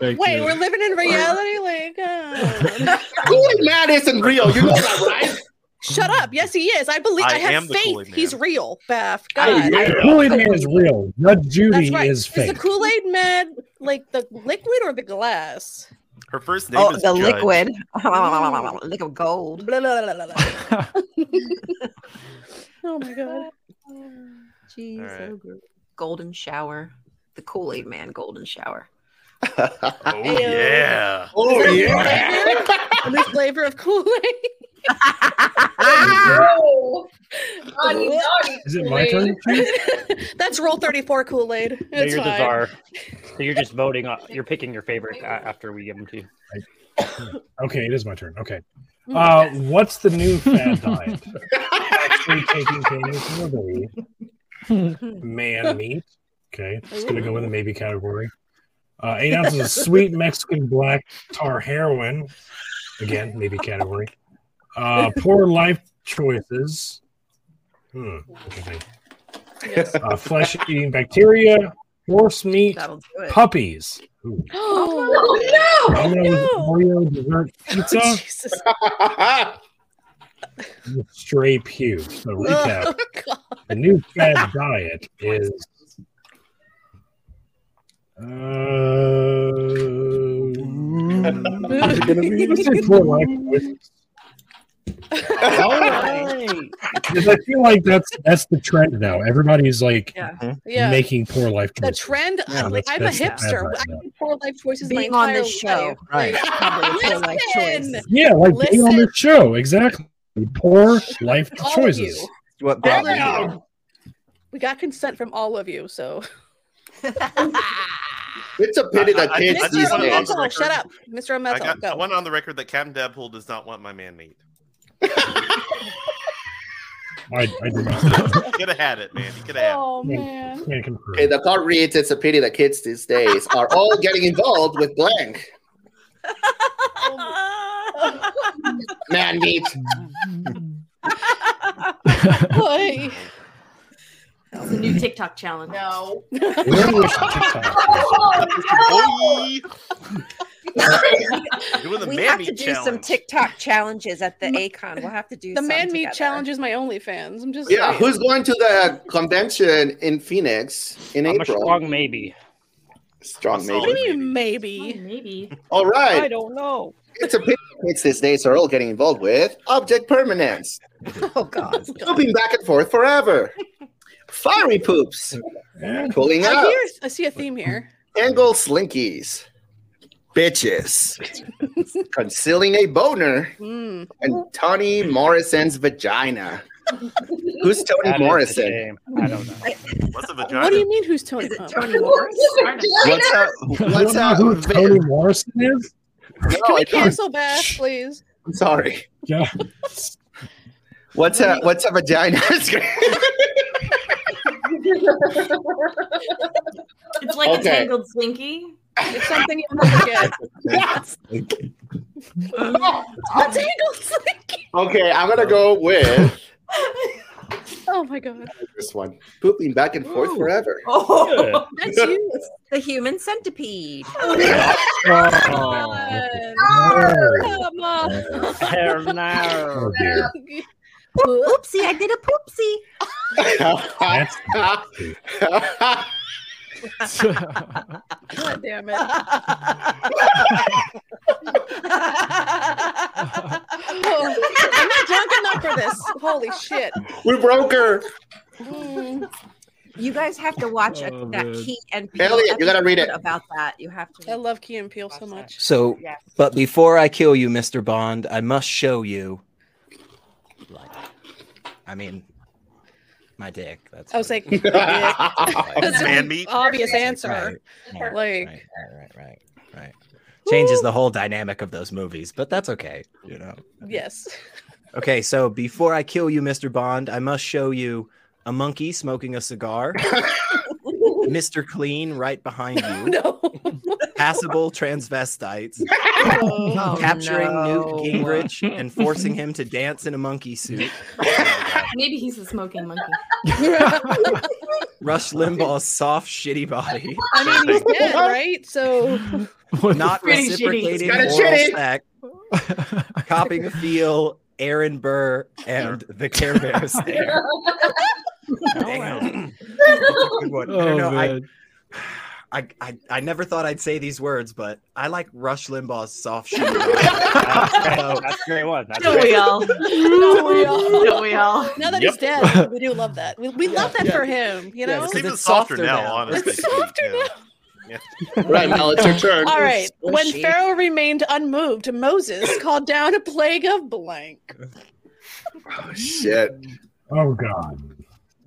Speaker 1: Wait, we're living in reality? Like, uh,
Speaker 2: Kool-Aid Man isn't real. You know that, right?
Speaker 1: Shut up. Yes, he is. I believe. I,
Speaker 5: I am
Speaker 1: have
Speaker 5: the
Speaker 1: faith.
Speaker 5: Kool-Aid
Speaker 1: He's real, Beth. God.
Speaker 5: The Kool-Aid Man is real. Judge Judy
Speaker 1: That's right.
Speaker 5: is fake.
Speaker 1: the Kool Aid Man like the liquid or the glass? Mm.
Speaker 6: Her first name
Speaker 11: Oh,
Speaker 6: is
Speaker 11: the
Speaker 6: Judge.
Speaker 11: liquid. liquid gold.
Speaker 1: Blah, blah, blah, blah, blah. oh my god.
Speaker 6: Oh,
Speaker 11: Jeez,
Speaker 6: All right.
Speaker 11: oh, gr- golden shower. The Kool Aid Man golden shower.
Speaker 6: Oh, yeah. Oh,
Speaker 1: The new flavor of Kool Aid.
Speaker 3: Naughty, naughty
Speaker 4: Is it my turn?
Speaker 1: Kool-Aid. That's roll thirty-four Kool Aid.
Speaker 4: No,
Speaker 1: It's
Speaker 4: you're the
Speaker 1: fine.
Speaker 4: czar. So you're just voting. On, you're picking your favorite a- after we give them to you.
Speaker 5: Okay, it is my turn. Okay. Uh, what's the new fad diet? Actually taking things normally. Hmm. Man meat. Okay, it's gonna go in the maybe category. Uh, eight ounces of sweet Mexican black tar heroin. Again, maybe category. Uh, poor life choices. Hmm. okay. Uh, flesh eating bacteria, horse meat,
Speaker 11: it.
Speaker 5: puppies. Ooh.
Speaker 1: Oh,
Speaker 5: Domino's Oreo dessert pizza. Stray pew. So recap: the new fad diet is. Uh, is it gonna be? Let's say poor life. choices,
Speaker 1: Oh,
Speaker 5: Because I feel like that's that's the trend now. Everybody's like uh-huh,
Speaker 1: Yeah.
Speaker 5: Mm-hmm.
Speaker 1: Yeah.
Speaker 5: making poor life
Speaker 1: The
Speaker 5: choices.
Speaker 1: trend.
Speaker 5: Yeah, that's-
Speaker 1: I'm a
Speaker 5: that's the fad
Speaker 1: hipster.
Speaker 5: right
Speaker 1: I
Speaker 5: now.
Speaker 1: do poor life choices. my
Speaker 11: Being on
Speaker 1: entire
Speaker 11: this show,
Speaker 1: life.
Speaker 5: right,
Speaker 1: Like,
Speaker 11: life
Speaker 1: Listen.
Speaker 5: Yeah, like being on
Speaker 1: Listen.
Speaker 5: the show. Exactly. Poor life
Speaker 1: All of
Speaker 5: choices.
Speaker 1: you.
Speaker 8: What
Speaker 1: brought me Damn. We got consent from all of you, so.
Speaker 2: It's a pity that
Speaker 6: I- I-
Speaker 2: kids
Speaker 6: I- I
Speaker 2: these
Speaker 6: just wanna-
Speaker 2: days.
Speaker 6: on the
Speaker 1: Menthol, shut
Speaker 6: record.
Speaker 1: up, Mr.
Speaker 6: I,
Speaker 1: O'Methel.
Speaker 6: got,
Speaker 1: go.
Speaker 6: I went on the record that Captain Deadpool does not want my man meat.
Speaker 5: I, I do not.
Speaker 6: Could have had it, man. You could have had it.
Speaker 1: Oh man.
Speaker 2: Okay, the thought reads it's a pity that kids these days are all getting involved with blank. Man meat.
Speaker 1: Boy.
Speaker 7: That's a new TikTok challenge. No.
Speaker 6: Doing the
Speaker 11: we
Speaker 6: man
Speaker 11: have
Speaker 6: meat
Speaker 11: to do
Speaker 6: challenge.
Speaker 11: some TikTok challenges at the Acon. We'll have to do
Speaker 1: The
Speaker 11: some
Speaker 1: man meat
Speaker 11: together.
Speaker 1: challenge is my OnlyFans. I'm just
Speaker 2: Yeah,
Speaker 1: saying.
Speaker 2: who's going to the convention in Phoenix in
Speaker 4: I'm a
Speaker 2: April?
Speaker 4: strong maybe.
Speaker 2: Strong
Speaker 1: What do
Speaker 2: maybe.
Speaker 1: you mean maybe?
Speaker 7: Maybe.
Speaker 2: All right.
Speaker 4: I don't know.
Speaker 2: It's a pity that kids these days are all getting involved with object permanence.
Speaker 11: Oh God.
Speaker 2: Pooping back and forth forever. Fiery poops. Pulling
Speaker 1: I
Speaker 2: out.
Speaker 1: hear. I see a theme here.
Speaker 2: Angle slinkies. Bitches. Concealing a boner.
Speaker 1: Mm.
Speaker 2: and Tony Morrison's vagina. Who's Tony
Speaker 4: That is a
Speaker 2: Morrison?
Speaker 4: shame. I don't know.
Speaker 6: What's a
Speaker 1: What do you mean? Who's Tony? Is
Speaker 11: Tony Morrison?
Speaker 2: What's up?
Speaker 5: You don't
Speaker 2: What's
Speaker 5: know
Speaker 2: up?
Speaker 5: who Tony Morrison is?
Speaker 2: No, I can't.
Speaker 1: Cancel Bath, please.
Speaker 2: I'm sorry.
Speaker 5: Yeah.
Speaker 2: What's a what's a vagina?
Speaker 7: It's like a
Speaker 2: Okay.
Speaker 7: tangled slinky.
Speaker 1: It's something you never get.
Speaker 2: yes.
Speaker 1: A tangled slinky.
Speaker 2: Okay, I'm gonna go with
Speaker 1: Oh my god.
Speaker 2: this one. Pooping back and forth forever.
Speaker 11: Oh,
Speaker 1: That's you. Oh,
Speaker 11: It's the human centipede.
Speaker 1: Come on.
Speaker 4: Hell
Speaker 6: Oh,
Speaker 4: no.
Speaker 5: dear.
Speaker 11: Oopsie! I did a poopsie.
Speaker 5: That's-
Speaker 1: God damn it. Oh, I'm not drunk enough for this. Holy shit.
Speaker 2: we broke her.
Speaker 1: Mm.
Speaker 11: You guys have to watch a,
Speaker 8: Oh,
Speaker 11: that
Speaker 8: man.
Speaker 11: Key and
Speaker 2: Elliot, you gotta read
Speaker 11: episode
Speaker 2: it.
Speaker 11: about that. You have
Speaker 1: I
Speaker 11: to.
Speaker 1: love Key and Peele so much.
Speaker 8: So,
Speaker 11: Yes.
Speaker 8: but before I kill you, Mr. Bond, I must show you. Like, I mean, my dick. That's
Speaker 1: I was like, yeah. that's
Speaker 6: Man
Speaker 1: an
Speaker 6: meat?
Speaker 1: obvious
Speaker 8: right,
Speaker 1: answer.
Speaker 8: right,
Speaker 1: Like,
Speaker 8: right, right, right. Changes the whole dynamic of those movies, but that's okay, you know.
Speaker 1: Yes.
Speaker 8: Okay, so before I kill you, Mr. Bond, I must show you a monkey smoking a cigar. Mr. Clean right behind you. Passable transvestites.
Speaker 1: Oh,
Speaker 8: capturing
Speaker 7: no.
Speaker 8: Newt Gingrich and forcing him to dance in a monkey suit.
Speaker 7: Maybe he's a smoking monkey.
Speaker 8: Rush Limbaugh's soft, shitty body.
Speaker 1: I mean, he's dead, right? So
Speaker 8: Not
Speaker 1: Pretty shitty.
Speaker 8: reciprocating
Speaker 1: It's kinda
Speaker 8: oral
Speaker 1: shitty.
Speaker 8: sex. Copying a feel, Aaron Burr, and the Care Bear stare. Damn. Good one. I don't
Speaker 9: Oh,
Speaker 8: know. I,
Speaker 9: man.
Speaker 8: I, I, I never thought I'd say these words, but I like Rush Limbaugh's soft shoe.
Speaker 4: That's a great one.
Speaker 1: Don't we all? Don't we all?
Speaker 7: Don't we all?
Speaker 1: Now that he's
Speaker 8: Yep.
Speaker 1: dead, we do love that. We, we love that for him. You know,
Speaker 6: it's even softer, now, honestly.
Speaker 1: It's softer now.
Speaker 2: Right, Mel, it's your turn.
Speaker 1: All right. When
Speaker 2: Squishy.
Speaker 1: Pharaoh remained unmoved, Moses called down a plague of blank.
Speaker 2: Shit.
Speaker 5: Oh god.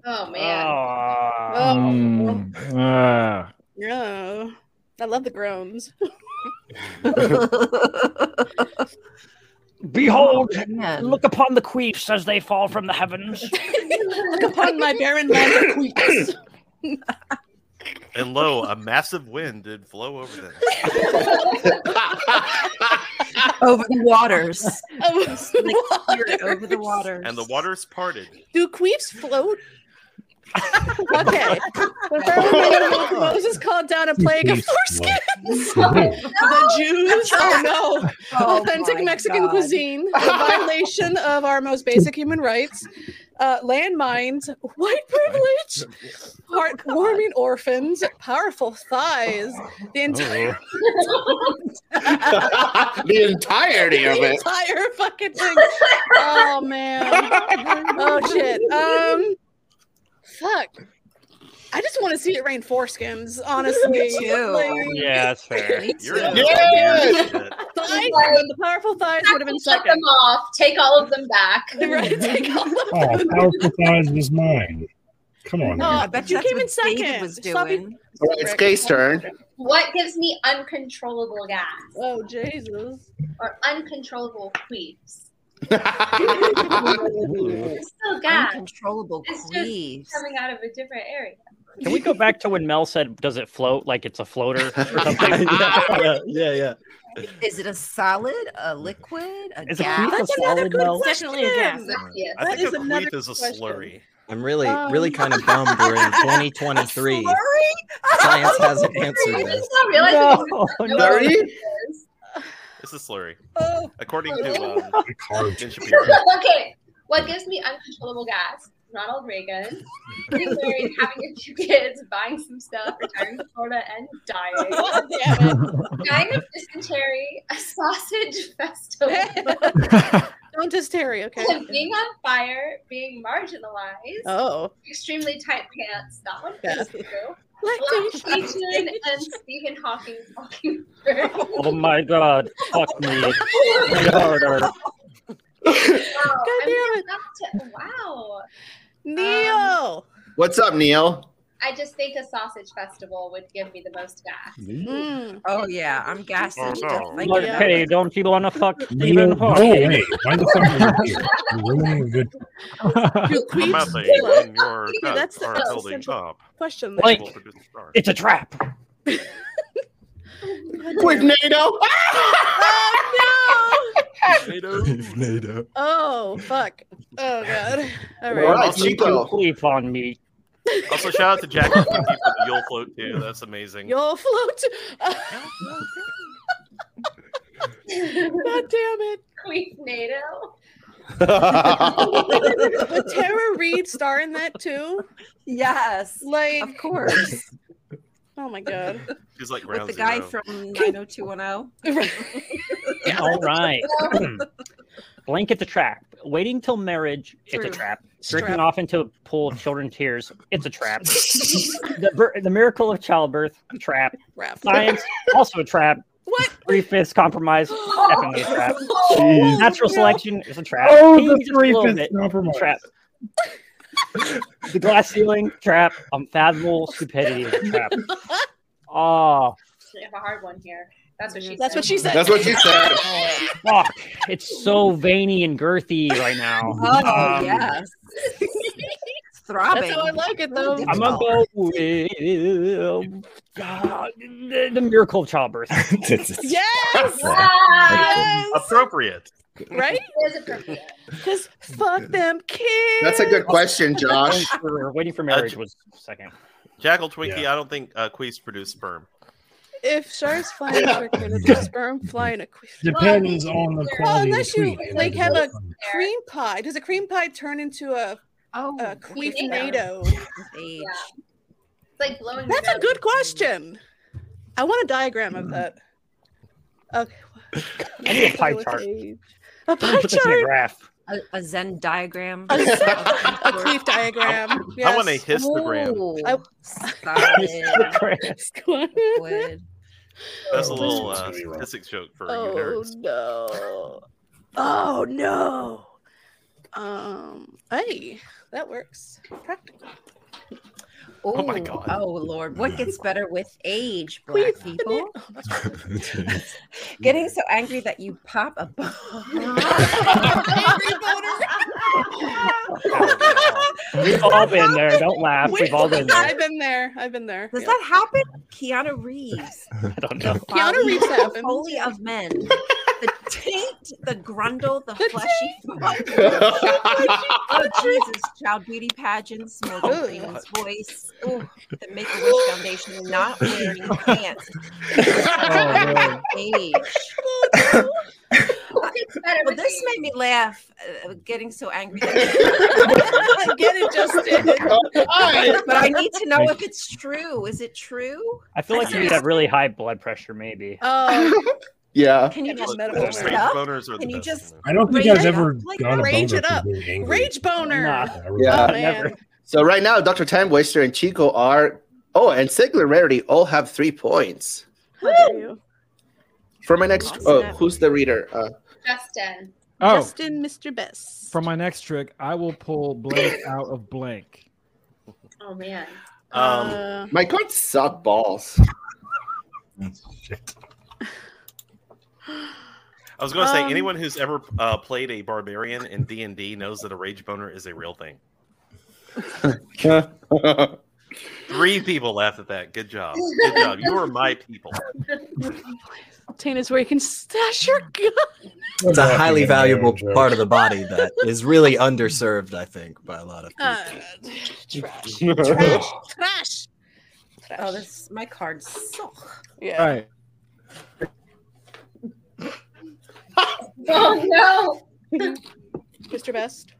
Speaker 3: Oh man.
Speaker 1: Oh,
Speaker 6: Um,
Speaker 9: Mm,
Speaker 5: Uh,
Speaker 9: ah.
Speaker 1: no. I love the groans.
Speaker 4: Behold,
Speaker 7: Oh, man.
Speaker 4: look upon the queefs as they fall from the heavens.
Speaker 1: Look upon my barren land of queefs.
Speaker 6: And lo, a massive wind did blow over them.
Speaker 11: Over the waters.
Speaker 1: Of
Speaker 11: You're
Speaker 1: water.
Speaker 11: over the waters.
Speaker 6: And the waters parted.
Speaker 1: Do queefs float? okay. When Pharaoh remained unmoved, Moses called down a plague of
Speaker 5: Please, Lord.
Speaker 1: foreskins. the Jews. Oh no!
Speaker 7: Oh,
Speaker 1: Authentic
Speaker 7: my
Speaker 1: Mexican
Speaker 7: God.
Speaker 1: cuisine, the violation of our most basic human rights, uh, landmines, white privilege,
Speaker 7: Oh
Speaker 1: heartwarming orphans, powerful thighs, the entire,
Speaker 2: the entirety of
Speaker 1: the
Speaker 2: it.
Speaker 1: entire fucking thing. Oh man! Oh shit! Um, fuck. I just want to see it rain foreskins, honestly.
Speaker 7: Me too.
Speaker 1: Like,
Speaker 4: Yeah, that's fair.
Speaker 6: You're in
Speaker 2: Yes!
Speaker 6: weird shit.
Speaker 1: thighs, the powerful thighs would have been
Speaker 3: Cut them
Speaker 1: second.
Speaker 3: off. Take all of them back.
Speaker 1: Right, take all of
Speaker 5: Oh, powerful thighs was mine. Come on.
Speaker 1: Oh,
Speaker 5: now.
Speaker 11: I bet
Speaker 1: you
Speaker 11: you that's
Speaker 1: came in
Speaker 11: what David
Speaker 1: second.
Speaker 11: was
Speaker 1: Sloppy-
Speaker 11: doing.
Speaker 2: All right, it's Kay's turn.
Speaker 3: What gives me uncontrollable gas
Speaker 1: Oh Jesus!
Speaker 3: or uncontrollable queefs?
Speaker 2: Ooh.
Speaker 3: It's still gas
Speaker 11: Uncontrollable
Speaker 3: Oh, It's just
Speaker 11: queefs.
Speaker 3: coming out of a different area.
Speaker 4: Can we go back to when Mel said, "Does it float like it's a floater?" Or something?
Speaker 8: yeah, yeah, yeah.
Speaker 11: Is it a solid, a liquid, a
Speaker 4: Is a
Speaker 11: gas?
Speaker 4: queef a solid Mel?
Speaker 7: Definitely a gas.
Speaker 3: Yes.
Speaker 6: I
Speaker 1: That
Speaker 6: think
Speaker 1: is
Speaker 6: a
Speaker 1: another
Speaker 6: queef is a
Speaker 1: question.
Speaker 6: slurry.
Speaker 8: I'm really,
Speaker 4: Oh,
Speaker 8: really kind of bummed we're in 2023. Science hasn't answered
Speaker 3: I
Speaker 8: this.
Speaker 3: just not realizing
Speaker 4: No, no.
Speaker 2: Sorry?
Speaker 6: It's a slurry,
Speaker 1: Oh,
Speaker 6: according to um,
Speaker 5: The cards.
Speaker 6: Ben Shapiro.
Speaker 3: okay. What gives me uncontrollable gas? Ronald Reagan, getting married, having a few kids, buying some stuff, retiring to Florida, and dying.
Speaker 1: God damn it.
Speaker 3: Dying of dysentery, a sausage festival,
Speaker 1: Don't just Terry, okay?
Speaker 3: being on fire, being marginalized,
Speaker 1: Oh.
Speaker 3: extremely tight pants. That one
Speaker 1: Yeah.
Speaker 3: is true. Lactation and Stephen Hawking walking through.
Speaker 4: Oh my god! Fuck me! Pretty hard, hard.
Speaker 3: Wow.
Speaker 1: God
Speaker 3: I'm
Speaker 1: damn it.
Speaker 3: not to- wow. Um,
Speaker 1: Neo.
Speaker 2: What's up, Neil?
Speaker 3: I just think a sausage festival would give me the most gas.
Speaker 1: Mm.
Speaker 11: Oh yeah, I'm gassed.
Speaker 6: Oh,
Speaker 11: just
Speaker 6: no.
Speaker 11: thinking
Speaker 4: Like,
Speaker 11: about
Speaker 4: hey,
Speaker 11: it.
Speaker 4: don't you wanna fuck
Speaker 5: Leo,
Speaker 4: Stephen
Speaker 5: go
Speaker 4: Hawking?
Speaker 5: away. Why the fuck are you here? You're ruining a good
Speaker 1: Do
Speaker 6: I'm
Speaker 1: queefs
Speaker 6: not saying
Speaker 1: float?
Speaker 6: in your
Speaker 1: Yeah,
Speaker 6: gut
Speaker 1: that's the-
Speaker 6: are
Speaker 1: that's the
Speaker 6: building
Speaker 1: central-
Speaker 6: up.
Speaker 1: Question. there.
Speaker 4: Like,
Speaker 6: Will produce a star.
Speaker 4: it's a trap.
Speaker 2: Quick, NATO!
Speaker 1: Oh, no.
Speaker 8: NATO.
Speaker 1: Oh, fuck. Oh, God. All
Speaker 2: All
Speaker 1: right.
Speaker 2: right,
Speaker 6: Also,
Speaker 2: Chico.
Speaker 4: Queef on me.
Speaker 6: Also, shout out to Jackie for the Yule float too. That's amazing.
Speaker 1: You'll float. God damn it.
Speaker 3: Queen NATO.
Speaker 1: Would Tara Reed star in that too?
Speaker 11: Yes,
Speaker 1: Like,
Speaker 11: of course.
Speaker 1: oh my God.
Speaker 6: He's like
Speaker 11: With
Speaker 6: ground
Speaker 11: the guy
Speaker 6: zero.
Speaker 11: from 90210.
Speaker 4: All right. Blanket's a trap. Waiting till marriage, it's
Speaker 11: True.
Speaker 4: a trap.
Speaker 1: Strap.
Speaker 4: Drinking off into a pool of children's tears, it's a trap. the, bir- the miracle of childbirth, a trap.
Speaker 1: Rap.
Speaker 4: Science, also a trap.
Speaker 1: What?
Speaker 4: Three fifths compromise, definitely a trap.
Speaker 1: Oh,
Speaker 4: Natural
Speaker 1: no.
Speaker 4: selection is a trap.
Speaker 5: Oh,
Speaker 4: Pee
Speaker 5: the
Speaker 4: just a
Speaker 5: three
Speaker 4: little
Speaker 5: fifths
Speaker 4: bit,
Speaker 5: compromise.
Speaker 4: trap. the glass ceiling, trap. Unfathomable stupidity, trap. Oh,
Speaker 3: I have a hard one here. That's what she said.
Speaker 1: That's what she said.
Speaker 2: That's what she said.
Speaker 4: Fuck. It's so veiny and girthy right now.
Speaker 11: Oh,
Speaker 4: Um,
Speaker 11: yes. It's throbbing.
Speaker 1: That's how I like it though.
Speaker 4: I'm gonna go with um, God, the, the miracle of childbirth.
Speaker 1: Yes.
Speaker 3: Yes!
Speaker 6: Appropriate.
Speaker 1: Right?
Speaker 3: It is appropriate.
Speaker 1: Because fuck them kids.
Speaker 2: That's a good question,
Speaker 4: Waiting
Speaker 2: Josh.
Speaker 4: for, waiting for marriage was second.
Speaker 6: Jackal Twinkie,
Speaker 10: Yeah.
Speaker 6: I don't think uh, Quees produced sperm.
Speaker 1: If sharks flying a trick, then it's a sperm flying a que-
Speaker 10: Depends on the
Speaker 1: Oh,
Speaker 10: quality.
Speaker 1: unless
Speaker 10: of the
Speaker 1: you
Speaker 10: tweet.
Speaker 1: like have a cream pie. Does a cream pie turn into a,
Speaker 11: Oh,
Speaker 1: a queef
Speaker 3: yeah.
Speaker 1: NATO?
Speaker 11: age.
Speaker 3: Yeah. It's like blowing.
Speaker 1: That's a good question. I want a diagram of that. Okay.
Speaker 4: I need a pie chart.
Speaker 1: A pie
Speaker 4: Put this in a
Speaker 1: chart.
Speaker 4: graph.
Speaker 11: A, a Zen diagram.
Speaker 1: A, a queef diagram.
Speaker 6: I want a
Speaker 1: Yes. Oh.
Speaker 6: histogram.
Speaker 1: I-
Speaker 11: solid. Liquid.
Speaker 6: That's a
Speaker 10: Oh,
Speaker 6: little
Speaker 10: that's
Speaker 6: uh,
Speaker 10: really wrong.
Speaker 6: statistics joke for you
Speaker 1: Oh
Speaker 6: nerds.
Speaker 1: no! Oh no! Um, hey, that works. Practical.
Speaker 6: Oh my God.
Speaker 11: Oh Lord, what gets better with age,
Speaker 1: Queef
Speaker 11: black people?
Speaker 1: Oh, that's right.
Speaker 13: Getting so angry that you pop a bone.
Speaker 4: We've all been there. Don't laugh. We've all been there.
Speaker 1: I've been there. I've been there.
Speaker 11: Does
Speaker 1: Yeah.
Speaker 11: that happen? Keanu Reeves.
Speaker 4: I don't know.
Speaker 1: Keanu
Speaker 11: Folly-
Speaker 1: Reeves
Speaker 11: the
Speaker 1: happened.
Speaker 11: folly of men. The taint, the grundle, the,
Speaker 1: The
Speaker 11: fleshy fun. Oh Jesus, child beauty pageants, smoking
Speaker 1: Oh,
Speaker 11: Queen's voice. Ooh, the Make a Wish Foundation not wearing pants.
Speaker 1: Oh,
Speaker 9: man.
Speaker 11: Age.
Speaker 3: What Oh, gets better
Speaker 11: Uh, Well,
Speaker 3: with
Speaker 11: this
Speaker 3: age?
Speaker 11: made me laugh. Uh, getting so angry. that-
Speaker 1: I get it, Justin.
Speaker 11: but I need to know if it's true. Is it true?
Speaker 4: I feel like you need that really high blood pressure, maybe.
Speaker 1: Oh,
Speaker 2: yeah.
Speaker 11: Can you
Speaker 1: It's
Speaker 11: just
Speaker 1: meta-
Speaker 11: pull
Speaker 1: Well,
Speaker 6: Rage
Speaker 1: it's
Speaker 11: it up?
Speaker 6: boners are the
Speaker 11: Can you
Speaker 6: best,
Speaker 11: just-
Speaker 6: know.
Speaker 10: I don't think
Speaker 11: Rage
Speaker 10: I've
Speaker 11: it
Speaker 10: ever
Speaker 11: up, like,
Speaker 10: gone a
Speaker 1: rage
Speaker 10: boner
Speaker 1: it
Speaker 10: from
Speaker 1: up.
Speaker 10: being angry.
Speaker 1: rage boner.
Speaker 4: Nah.
Speaker 10: I would-
Speaker 1: Oh,
Speaker 2: Yeah.
Speaker 1: man.
Speaker 2: So right now, Dr. Time Waster and Chico are. Oh, and Singularity all have three points.
Speaker 1: How
Speaker 10: Oh,
Speaker 1: dare you.
Speaker 2: For my next. Oh, who's the reader? Uh,
Speaker 3: Justin.
Speaker 9: Oh,
Speaker 1: Justin, Mr. Best.
Speaker 9: for my next trick, I will pull blank out of blank.
Speaker 3: Oh man.
Speaker 6: Um,
Speaker 1: Uh,
Speaker 2: my cards suck balls.
Speaker 10: Shit.
Speaker 6: I was going to say
Speaker 1: Um,
Speaker 6: anyone who's ever uh, played a barbarian in D and D knows that a rage boner is a real thing.
Speaker 10: Oh,
Speaker 6: Three people laughed at that. Good job. Good job. You are my people.
Speaker 1: Taint is where you can stash your gun.
Speaker 8: It's a highly valuable part of the body that is really underserved, I think, by a lot of people.
Speaker 1: Uh, trash. Trash. Trash. Trash.
Speaker 13: Oh, this my cards suck.
Speaker 1: yeah.
Speaker 9: All right.
Speaker 3: Oh no.
Speaker 1: Mr. Best.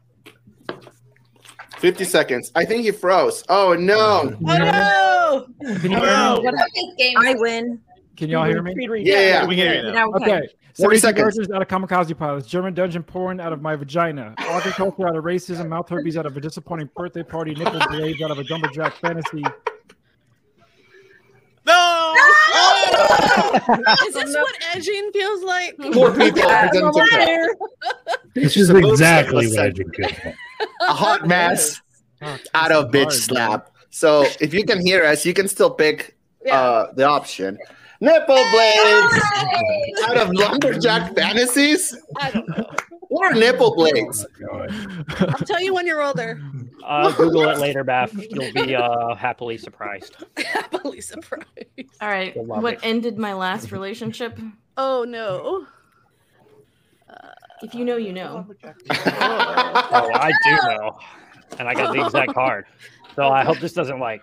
Speaker 2: 50 seconds. I think he froze. Oh, no.
Speaker 1: Oh no!
Speaker 9: Can you hear me?
Speaker 3: What are these games?
Speaker 11: I win.
Speaker 9: Can y'all hear me?
Speaker 2: Yeah, yeah.
Speaker 6: We hear you now.
Speaker 11: Okay.
Speaker 9: Okay. Seventy
Speaker 2: seconds.
Speaker 9: characters out of kamikaze pilots, German dungeon porn out of my vagina, agriculture out of racism, mouth herpes out of a disappointing birthday party, nickel blades out of a jumberjack fantasy.
Speaker 6: No.
Speaker 1: Is this what edging feels like?
Speaker 2: More people.
Speaker 13: Yeah.
Speaker 2: than Tinker.
Speaker 10: This
Speaker 2: She's
Speaker 10: is
Speaker 2: a move
Speaker 10: exactly
Speaker 2: set,
Speaker 10: what I
Speaker 2: listen.
Speaker 10: did. good.
Speaker 2: A hot mess out of bitch slap. So if you can hear us, you can still pick uh, the option. Nipple blades
Speaker 3: Hey!
Speaker 2: out of lumberjack fantasies
Speaker 1: I don't know.
Speaker 2: or nipple blades.
Speaker 1: I'll tell you when you're older.
Speaker 4: Uh, Google it later, Beth. You'll be uh, happily surprised.
Speaker 1: Happily surprised.
Speaker 7: All right.
Speaker 4: I love
Speaker 7: What
Speaker 4: it.
Speaker 7: ended my last relationship?
Speaker 1: Oh no.
Speaker 7: If you know, you know.
Speaker 4: Oh, I do know, and I got the exact card. So I hope this doesn't like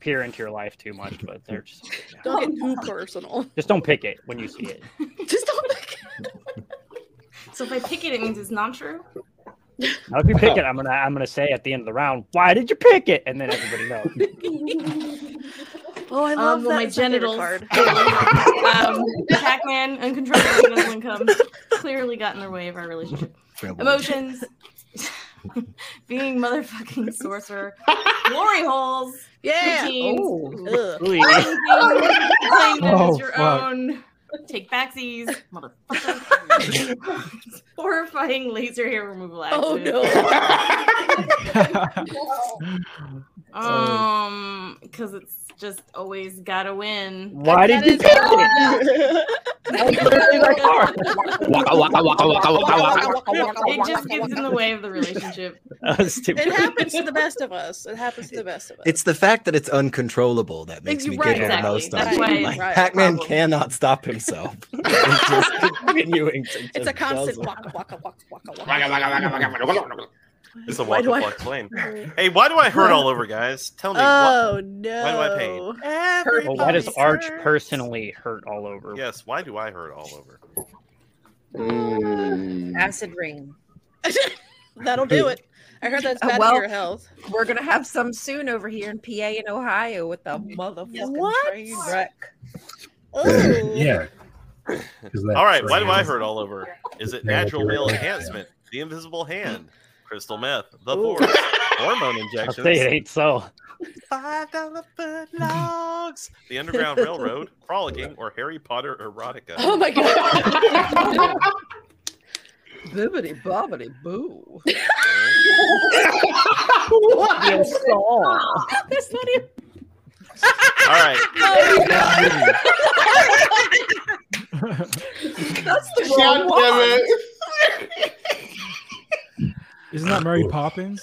Speaker 4: peer into your life too much. But they're just
Speaker 1: Don't get too personal.
Speaker 4: just don't pick it when you see it.
Speaker 1: Just don't.
Speaker 7: So if I pick it, it means it's not true.
Speaker 4: Now, if you pick it, I'm gonna I'm gonna say at the end of the round, why did you pick it? And then everybody knows.
Speaker 1: Oh, I love
Speaker 7: Um, well,
Speaker 1: that.
Speaker 7: my
Speaker 1: It's favorite
Speaker 7: genitals.
Speaker 1: card.
Speaker 7: Um, Pac-Man, uncontrollable middle income, clearly got in the way of our relationship. Emotions, being motherfucking sorcerer, glory holes,
Speaker 1: Yeah.
Speaker 7: routines,
Speaker 1: Ugh.
Speaker 4: Ooh,
Speaker 7: playing things, playing them
Speaker 9: Oh,
Speaker 7: as your
Speaker 9: fuck.
Speaker 7: own, take backsies, motherfucker, horrifying laser hair removal.
Speaker 1: Oh
Speaker 7: Accident.
Speaker 1: no.
Speaker 9: All
Speaker 4: Oh.
Speaker 7: Um, because it's
Speaker 12: just always gotta win.
Speaker 4: Why did you pick
Speaker 12: it?
Speaker 4: Waka, waka, waka, waka, waka, waka.
Speaker 12: it just gets in the way of the relationship.
Speaker 4: That was stupid.
Speaker 1: It happens to the best of us. It happens to the best of us.
Speaker 8: It's the fact that it's uncontrollable that makes me
Speaker 1: Right,
Speaker 8: giggle
Speaker 1: exactly.
Speaker 8: the most.
Speaker 1: That's
Speaker 8: of
Speaker 1: why
Speaker 8: it.
Speaker 1: it's-
Speaker 8: Like,
Speaker 1: right,
Speaker 8: Pac-Man
Speaker 1: problem.
Speaker 8: cannot stop himself. It's just continuing to
Speaker 1: It's
Speaker 8: just
Speaker 1: a constant
Speaker 8: guzzle.
Speaker 1: waka waka waka waka
Speaker 6: Waka, waka, waka, waka, waka, waka, waka. It's a
Speaker 1: Why
Speaker 6: walk
Speaker 1: do
Speaker 6: the
Speaker 1: I-
Speaker 6: block plane. Hey, why do I hurt all over, guys? Tell me.
Speaker 1: Oh
Speaker 6: why,
Speaker 1: no!
Speaker 6: Why do I pain?
Speaker 4: Well, why does Arch personally hurt all over?
Speaker 6: Yes, why do I hurt all over?
Speaker 2: Mm.
Speaker 11: Acid rain.
Speaker 1: That'll do it. I heard that's
Speaker 11: Uh,
Speaker 1: bad
Speaker 11: well,
Speaker 1: for your health.
Speaker 11: We're gonna have some soon over here in PA and Ohio with the motherfucking
Speaker 1: What?
Speaker 11: train wreck.
Speaker 5: yeah.
Speaker 6: All right, why do I hurt all over? Is it natural male enhancement, the invisible hand, crystal meth, the force, hormone
Speaker 4: I'll
Speaker 6: injections,
Speaker 4: say it ain't so.
Speaker 6: five dollar foot logs, the Underground Railroad, frolicking, or Harry Potter erotica?
Speaker 1: Oh my god!
Speaker 11: Bibbity bobbity boo.
Speaker 1: That's not even.
Speaker 6: All right.
Speaker 11: That's the
Speaker 2: God
Speaker 11: wrong
Speaker 2: damn
Speaker 11: one.
Speaker 9: Isn't that Mary Poppins?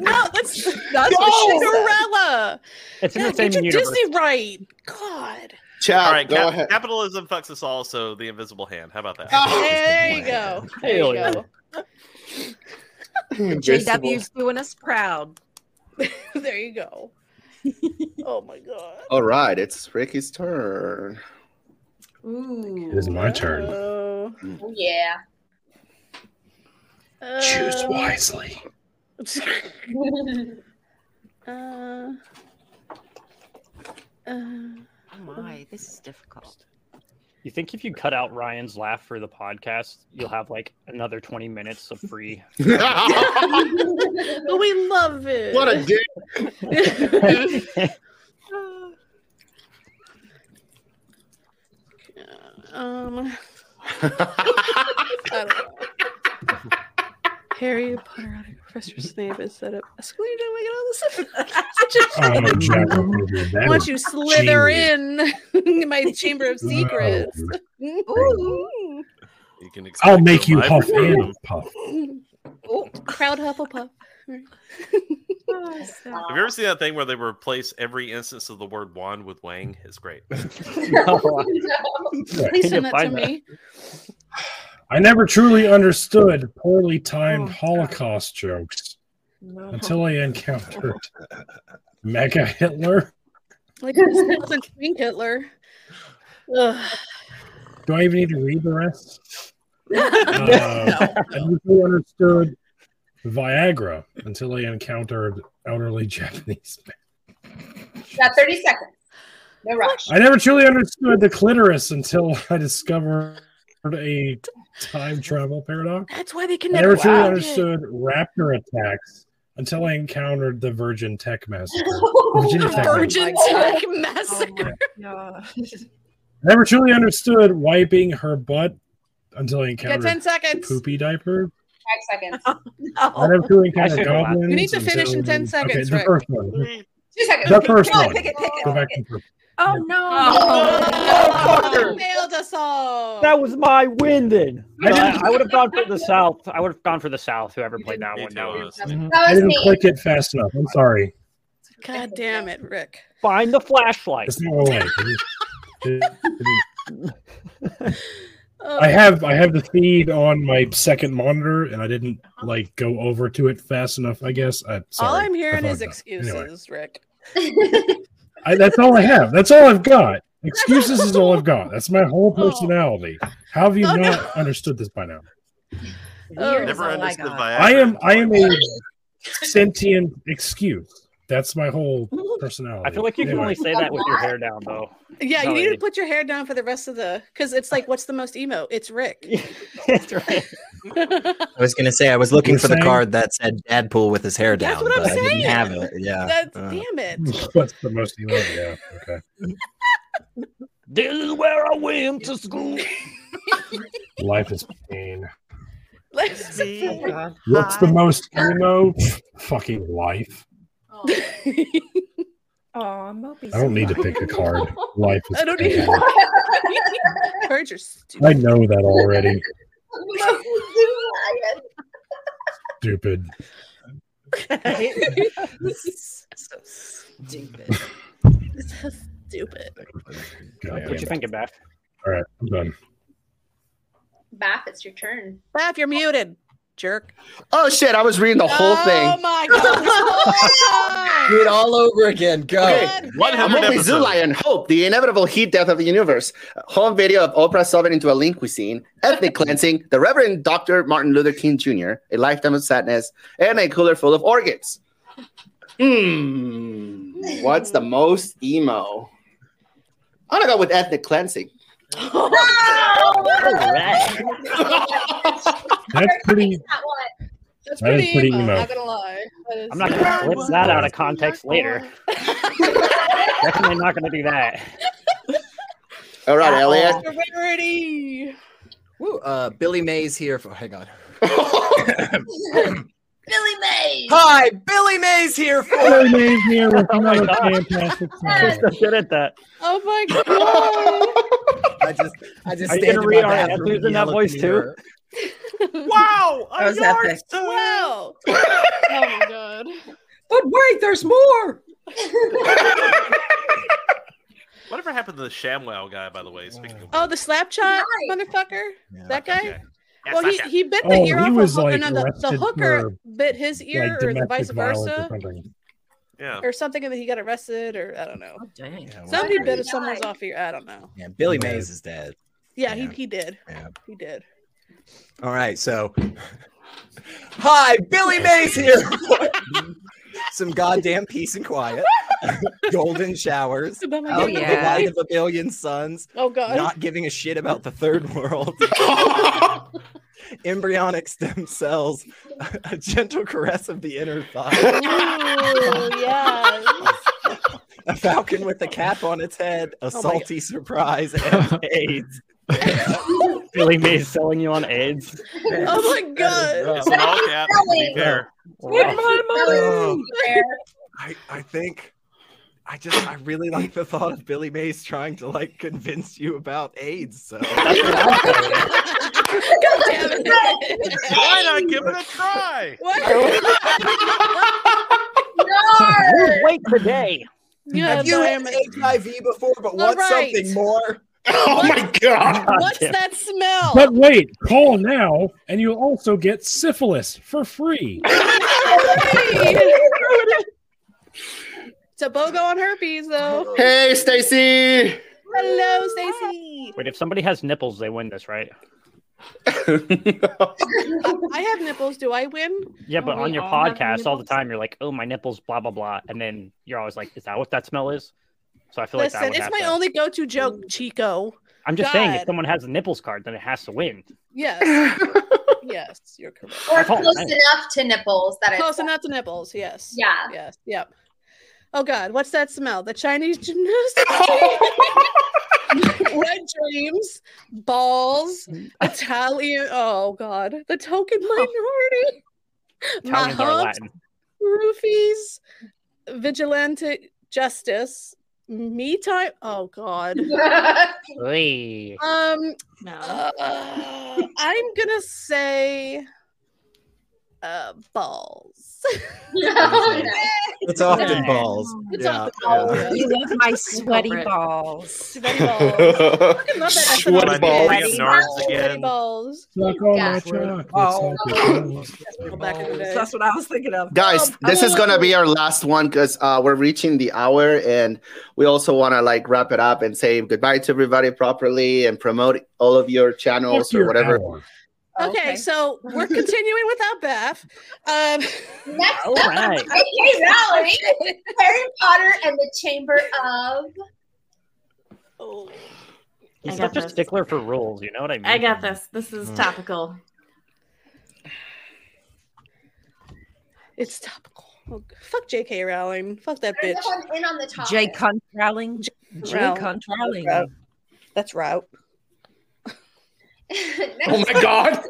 Speaker 1: No, that's
Speaker 11: That's
Speaker 1: that's
Speaker 11: what she said.
Speaker 1: Cinderella.
Speaker 4: It's in
Speaker 1: God,
Speaker 4: the same
Speaker 1: get your
Speaker 4: universe.
Speaker 1: Disney right. God.
Speaker 2: Chad,
Speaker 6: All right,
Speaker 2: go
Speaker 6: cap-
Speaker 2: ahead.
Speaker 6: capitalism fucks us all, so the invisible hand. How about that?
Speaker 1: there you go. Oh, There you
Speaker 4: Hell
Speaker 1: go.
Speaker 11: JW's doing us proud.
Speaker 1: there you go. Oh my god.
Speaker 2: All right, it's Ricky's turn.
Speaker 12: Ooh.
Speaker 5: It is my turn.
Speaker 1: Oh.
Speaker 3: Oh, yeah.
Speaker 5: Choose
Speaker 1: Uh,
Speaker 5: wisely.
Speaker 1: uh, uh,
Speaker 7: Oh my, this is difficult.
Speaker 4: You think if you cut out Ryan's laugh for the podcast, you'll have like another 20 minutes of free.
Speaker 1: but we love it.
Speaker 2: What a dick.
Speaker 1: um. I don't know. Harry Potter out of Professor Snape is set up. Squeak, don't make it all this. Such a
Speaker 5: Oh,
Speaker 1: shame.
Speaker 5: Jack, over here. That
Speaker 1: Why
Speaker 5: is Oh,
Speaker 1: don't you slither
Speaker 5: genius.
Speaker 1: in in my chamber of secrets? Ooh.
Speaker 6: You can
Speaker 5: I'll
Speaker 6: expect
Speaker 5: make
Speaker 6: from
Speaker 5: you
Speaker 6: my
Speaker 5: huff
Speaker 6: performance.
Speaker 5: and puff.
Speaker 1: Oh, Proud Hufflepuff.
Speaker 6: Have you ever seen that thing where they replace every instance of the word wand with wang? It's great.
Speaker 1: Please
Speaker 4: Can you
Speaker 1: send that to
Speaker 4: find that?
Speaker 1: me.
Speaker 5: I never truly understood poorly
Speaker 1: Oh,
Speaker 5: timed Holocaust jokes until I encountered Mega Hitler.
Speaker 1: Like this wasn't Twink Hitler. Ugh.
Speaker 5: Do I even need to read the rest? Uh, I never understood Viagra until I encountered elderly Japanese men.
Speaker 3: Got 30 seconds. No rush.
Speaker 5: I never truly understood the clitoris until I discovered a time travel paradox.
Speaker 1: That's why they
Speaker 5: I
Speaker 1: can
Speaker 5: never
Speaker 1: never
Speaker 5: truly
Speaker 1: find
Speaker 5: understood raptor attacks until I encountered the Virgin Tech Massacre. Virgin
Speaker 1: it.
Speaker 5: Tech
Speaker 1: Virgin
Speaker 7: God.
Speaker 1: Tech Massacre.
Speaker 7: Yeah.
Speaker 5: I never truly understood wiping her butt until I
Speaker 1: You got
Speaker 5: encountered
Speaker 1: 10 seconds.
Speaker 5: poopy diaper.
Speaker 3: Five seconds.
Speaker 5: I never truly
Speaker 4: I
Speaker 5: encountered
Speaker 4: should laugh.
Speaker 5: goblins.
Speaker 1: You need to
Speaker 5: until-
Speaker 1: finish in 10 seconds,
Speaker 5: Okay, the
Speaker 1: Rick.
Speaker 5: first one.
Speaker 6: Three.
Speaker 3: Two seconds.
Speaker 5: The first
Speaker 3: Come on,
Speaker 5: one.
Speaker 3: Pick it, pick it.
Speaker 5: Go back and forth.
Speaker 11: Oh no!
Speaker 1: Oh, failed us all.
Speaker 4: That was my win then.
Speaker 5: I
Speaker 4: I,
Speaker 5: didn't-
Speaker 4: would have gone for the South. I would have gone for the South, whoever played that
Speaker 6: Me
Speaker 4: one.
Speaker 6: too,
Speaker 4: That was-
Speaker 6: honestly.
Speaker 3: That
Speaker 5: I
Speaker 3: was
Speaker 5: didn't
Speaker 3: me.
Speaker 5: click it fast enough. I'm sorry.
Speaker 1: God damn it, Rick.
Speaker 4: Find the flashlight.
Speaker 5: It's not all right.
Speaker 1: Oh,
Speaker 5: I have I have the feed on my second monitor, and I didn't like go over to it fast enough. I guess. i
Speaker 1: all
Speaker 5: sorry.
Speaker 1: I'm hearing
Speaker 5: I
Speaker 1: is
Speaker 5: fucked up. Anyway.
Speaker 1: excuses, Rick.
Speaker 5: I, that's all I have. That's all I've got. Excuses is all I've got. That's my whole personality. How have you
Speaker 1: Oh, no.
Speaker 5: not understood this by now?
Speaker 1: Oh,
Speaker 6: Never understood Viagra.
Speaker 5: I am I am a sentient excuse. That's my whole personality.
Speaker 4: I feel like you can
Speaker 5: Anyway,
Speaker 4: only say that with your hair down, though.
Speaker 1: Yeah, you
Speaker 4: No,
Speaker 1: need to
Speaker 4: it-
Speaker 1: put your hair down for the rest of the because it's like, what's the most emo? It's Rick.
Speaker 4: That's right.
Speaker 8: I was gonna say I was looking
Speaker 5: You're
Speaker 8: for
Speaker 5: saying-
Speaker 8: the card that said Deadpool with his hair
Speaker 1: That's
Speaker 8: down,
Speaker 1: what I'm
Speaker 8: but I didn't
Speaker 1: saying.
Speaker 8: have it. Yeah.
Speaker 1: That's
Speaker 8: Uh,
Speaker 1: damn it.
Speaker 5: What's the most you love? Yeah. Okay.
Speaker 4: This is where I went to school.
Speaker 5: Life is pain.
Speaker 1: Let's
Speaker 5: What's the most emo? Fucking life.
Speaker 11: Oh, Mopey.
Speaker 5: I don't need to pick a card. Life is
Speaker 1: I don't need.
Speaker 5: bad.
Speaker 1: Cards are stupid.
Speaker 5: I know that already. Stupid.
Speaker 1: so stupid. so stupid.
Speaker 5: Goddamn
Speaker 4: What you
Speaker 5: it.
Speaker 4: thinking, Beth?
Speaker 5: All right, I'm done.
Speaker 3: Bap, it's your turn.
Speaker 1: Laugh, you're muted, jerk.
Speaker 2: Oh shit! I was reading the whole
Speaker 1: Oh
Speaker 2: thing.
Speaker 1: my god.
Speaker 2: Do it all over again. Go.
Speaker 1: Okay, 100
Speaker 2: I'm only
Speaker 1: episodes.
Speaker 2: zoo lion. Hope the inevitable heat death of the universe. Home video of Oprah solving into a lean cuisine, ethnic cleansing, the Reverend Dr. Martin Luther King Jr., a lifetime of sadness, and a cooler full of organs. Mmm. What's the most emo? I'm gonna go with ethnic cleansing.
Speaker 5: That's pretty.
Speaker 1: That's
Speaker 5: That is
Speaker 1: pretty,
Speaker 5: pretty
Speaker 1: emo,
Speaker 5: emo.
Speaker 1: Not gonna lie. That is-
Speaker 4: I'm not gonna flip that out of context later. Definitely not gonna do that.
Speaker 2: All right,
Speaker 8: Elliot.
Speaker 1: Rarity.
Speaker 8: Woo, uh, Billy Mays here for. Hang on.
Speaker 3: Billy Mays.
Speaker 8: Hi, Billy Mays here for.
Speaker 5: Billy Mays here with
Speaker 11: Oh
Speaker 5: another
Speaker 4: God.
Speaker 5: fantastic song.
Speaker 4: so good at that.
Speaker 1: Oh my god.
Speaker 8: I just, I just
Speaker 4: Are you
Speaker 8: stand
Speaker 4: gonna
Speaker 8: in
Speaker 4: read
Speaker 8: my
Speaker 4: our
Speaker 8: bathroom
Speaker 4: ad libs
Speaker 8: and
Speaker 4: in that
Speaker 8: yell at the
Speaker 4: voice, too?
Speaker 8: mirror.
Speaker 6: Wow,
Speaker 11: That was epic.
Speaker 1: Wow. Oh my god.
Speaker 11: But wait, there's more.
Speaker 6: Whatever happened to the ShamWow guy, by the way? Speaking of,
Speaker 1: Oh, the slap shot motherfucker. That guy.
Speaker 6: Yeah,
Speaker 1: well, he,
Speaker 6: slap shot.
Speaker 1: he bit the
Speaker 5: Oh,
Speaker 1: ear
Speaker 5: he
Speaker 1: off.
Speaker 5: was,
Speaker 1: of,
Speaker 5: like,
Speaker 1: no, the, the
Speaker 5: arrested
Speaker 1: hooker
Speaker 5: for,
Speaker 1: bit his ear,
Speaker 5: Like
Speaker 1: or the vice
Speaker 5: domestic violence or
Speaker 1: versa,
Speaker 5: something.
Speaker 6: yeah.
Speaker 1: or something, and then he got arrested, or I don't know.
Speaker 8: Oh, Dang. Yeah, well,
Speaker 1: Somebody
Speaker 3: Why did
Speaker 1: bit
Speaker 3: he
Speaker 1: someone's
Speaker 3: die?
Speaker 1: off ear. I don't know.
Speaker 8: yeah, Billy Mays is dead.
Speaker 1: Yeah,
Speaker 8: Yeah.
Speaker 1: He, he did.
Speaker 8: Yeah.
Speaker 1: He did.
Speaker 8: All right, so hi, Billy Mays here. Some goddamn peace and quiet, golden showers,
Speaker 1: About my
Speaker 8: out
Speaker 1: game.
Speaker 8: in the
Speaker 11: yeah.
Speaker 8: light of a billion suns,
Speaker 1: Oh god.
Speaker 8: not giving a shit about the third world. Embryonic stem cells, a gentle caress of the inner thigh,
Speaker 1: Ooh, yes.
Speaker 8: a falcon with a cap on its head, a
Speaker 1: Oh my
Speaker 8: salty surprise, and AIDS.
Speaker 4: Billy Mays selling you on AIDS.
Speaker 1: Oh my god.
Speaker 6: It's an all cap. To be fair.
Speaker 4: Wow.
Speaker 8: Oh.
Speaker 3: Fair.
Speaker 8: I, I think I just I really like the thought of Billy Mays trying to like convince you about AIDS. So
Speaker 1: God damn it.
Speaker 6: Why not give it a try?
Speaker 1: What?
Speaker 4: Lose weight today.
Speaker 1: Yeah,
Speaker 8: you
Speaker 1: but I
Speaker 8: had
Speaker 1: am-
Speaker 8: HIV before, but
Speaker 1: All
Speaker 8: want
Speaker 1: right.
Speaker 8: something more.
Speaker 2: Oh my god.
Speaker 1: What's
Speaker 4: Goddamn.
Speaker 1: that smell?
Speaker 5: But wait, call now, and you'll also get syphilis for free.
Speaker 1: It's a bogo on herpes,
Speaker 8: Oh.
Speaker 1: though.
Speaker 2: Hey, Stacy.
Speaker 1: Hello, Stacy.
Speaker 4: Wait, if somebody has nipples, they win this, right?
Speaker 1: I have nipples. Do I win?
Speaker 4: Yeah, but
Speaker 1: Oh,
Speaker 12: we
Speaker 4: on your
Speaker 12: all have
Speaker 4: podcast all the
Speaker 12: nipples?
Speaker 4: time, you're like, "Oh, my nipples," blah blah blah, and then you're always like, "Is that what that smell is?" So I feel
Speaker 1: Listen,
Speaker 4: like that would
Speaker 1: it's my
Speaker 4: happen.
Speaker 1: only go-to joke, Chico.
Speaker 4: I'm just saying, if
Speaker 1: God.
Speaker 4: someone has a nipples card, then it has to win.
Speaker 1: Yes, yes, you're correct.
Speaker 3: Or
Speaker 4: I thought-
Speaker 3: close
Speaker 4: I-
Speaker 3: enough to nipples that
Speaker 1: Close
Speaker 3: it's
Speaker 1: enough to nipples. Yes.
Speaker 3: Yeah.
Speaker 1: Yes. Yep. Oh God, what's that smell? The Chinese gymnastics. Wet dreams, balls, Italian. Oh God, the token minority. My
Speaker 4: Italians are
Speaker 1: humps,
Speaker 4: Latin.
Speaker 1: roofies, vigilante justice, me time. Oh God.
Speaker 4: Oy.
Speaker 1: Um,
Speaker 12: No.
Speaker 1: uh, I'm gonna say uh, balls.
Speaker 14: Oh,
Speaker 8: It's often
Speaker 1: Yeah.
Speaker 8: balls.
Speaker 1: It's
Speaker 8: yeah.
Speaker 1: off the balls.
Speaker 8: yeah.
Speaker 11: You love my sweaty
Speaker 12: Culprit.
Speaker 11: balls.
Speaker 1: Sweaty balls. I love that SNL
Speaker 2: Sweaty balls.
Speaker 1: bit.
Speaker 6: Speaking of nards
Speaker 1: Sweaty
Speaker 6: again.
Speaker 1: balls.
Speaker 5: Suck on
Speaker 3: Yeah.
Speaker 5: my chocolates,
Speaker 11: Oh.
Speaker 5: suck on my
Speaker 1: Go
Speaker 5: chocolates.
Speaker 1: back in the day.
Speaker 11: That's what I was thinking of.
Speaker 2: Guys,
Speaker 10: Um,
Speaker 1: Oh,
Speaker 2: this is gonna be our last one because uh, we're reaching the hour, and we also want to like wrap it up and say goodbye to everybody properly and promote all of your channels
Speaker 5: Fuck
Speaker 2: or
Speaker 5: your
Speaker 2: whatever.
Speaker 5: hour.
Speaker 1: Okay, so we're continuing without Beth. Um,
Speaker 3: Next
Speaker 4: All right.
Speaker 3: J.K. Rowling, Harry Potter and the Chamber of.
Speaker 1: oh,
Speaker 4: He's
Speaker 12: I got
Speaker 4: such a
Speaker 12: this.
Speaker 4: stickler for rules. You know what I mean? Hmm.
Speaker 12: I got this. This is
Speaker 8: Mm.
Speaker 12: topical.
Speaker 1: it's topical. Oh, fuck J.K. Rowling. Fuck that
Speaker 3: There's
Speaker 1: bitch.
Speaker 3: someone in on the top.
Speaker 11: J. Cunt Rowling. J.
Speaker 1: Rowling.
Speaker 11: Cunt
Speaker 1: Route.
Speaker 11: Rowling.
Speaker 1: That's route.
Speaker 2: Oh my god!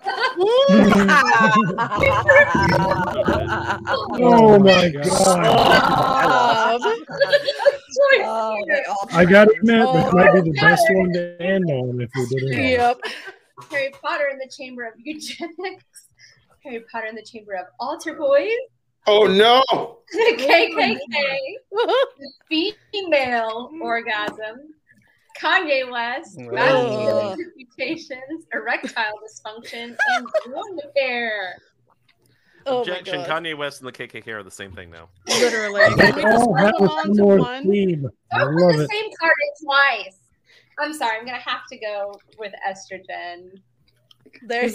Speaker 5: Oh my god.
Speaker 4: I lost.
Speaker 1: Um,
Speaker 11: Oh, they all
Speaker 5: I gotta
Speaker 11: tried.
Speaker 5: admit,
Speaker 11: Oh.
Speaker 5: this might be the best one to end on if we did it.
Speaker 11: Yep.
Speaker 3: Harry Potter in the Chamber of Eugenics. Harry Potter in the Chamber of Altar Boys.
Speaker 2: Oh no!
Speaker 3: The KKK. the female orgasm. Kanye West.
Speaker 2: Ugh.
Speaker 3: vaginal Mutations. Erectile dysfunction. And wound care. Oh
Speaker 6: Objection: Kanye West and the KKK are the same thing now.
Speaker 1: Literally.
Speaker 5: They
Speaker 3: Oh,
Speaker 5: all have a similar theme. I
Speaker 3: Don't put
Speaker 5: love
Speaker 3: the
Speaker 5: it.
Speaker 3: same card in twice. I'm sorry. I'm gonna have to go with estrogen.
Speaker 1: There's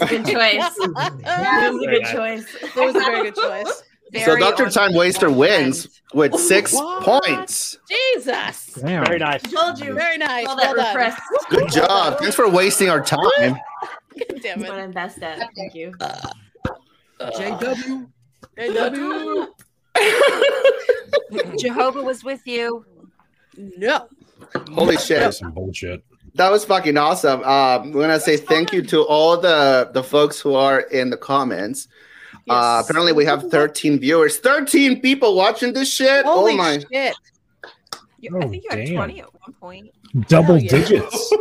Speaker 12: a good choice. That was a good
Speaker 3: Very
Speaker 12: choice.
Speaker 1: That was a very good choice.
Speaker 2: so Dr. Time Waster wins
Speaker 10: Oh,
Speaker 2: with six
Speaker 1: What?
Speaker 2: points.
Speaker 1: Jesus.
Speaker 5: Damn. Very
Speaker 4: nice.
Speaker 1: Told you. Very nice.
Speaker 12: All
Speaker 1: well
Speaker 12: that
Speaker 1: done.
Speaker 12: repressed.
Speaker 2: Good job. Thanks for wasting our time.
Speaker 12: Damn What I'm best at. Thank you.
Speaker 8: JW.
Speaker 1: JW.
Speaker 14: Jehovah was with you.
Speaker 1: No.
Speaker 2: Holy shit.
Speaker 5: Some bullshit.
Speaker 2: That was fucking awesome. Um, I'm gonna say thank you to all the the folks who are in the comments. Uh, apparently, we have 13 viewers, 13 people watching this shit.
Speaker 14: Holy
Speaker 2: oh my!
Speaker 1: shit.
Speaker 14: You, I
Speaker 5: Oh,
Speaker 14: think you had
Speaker 5: damn.
Speaker 14: 20 at one point.
Speaker 5: Double digits.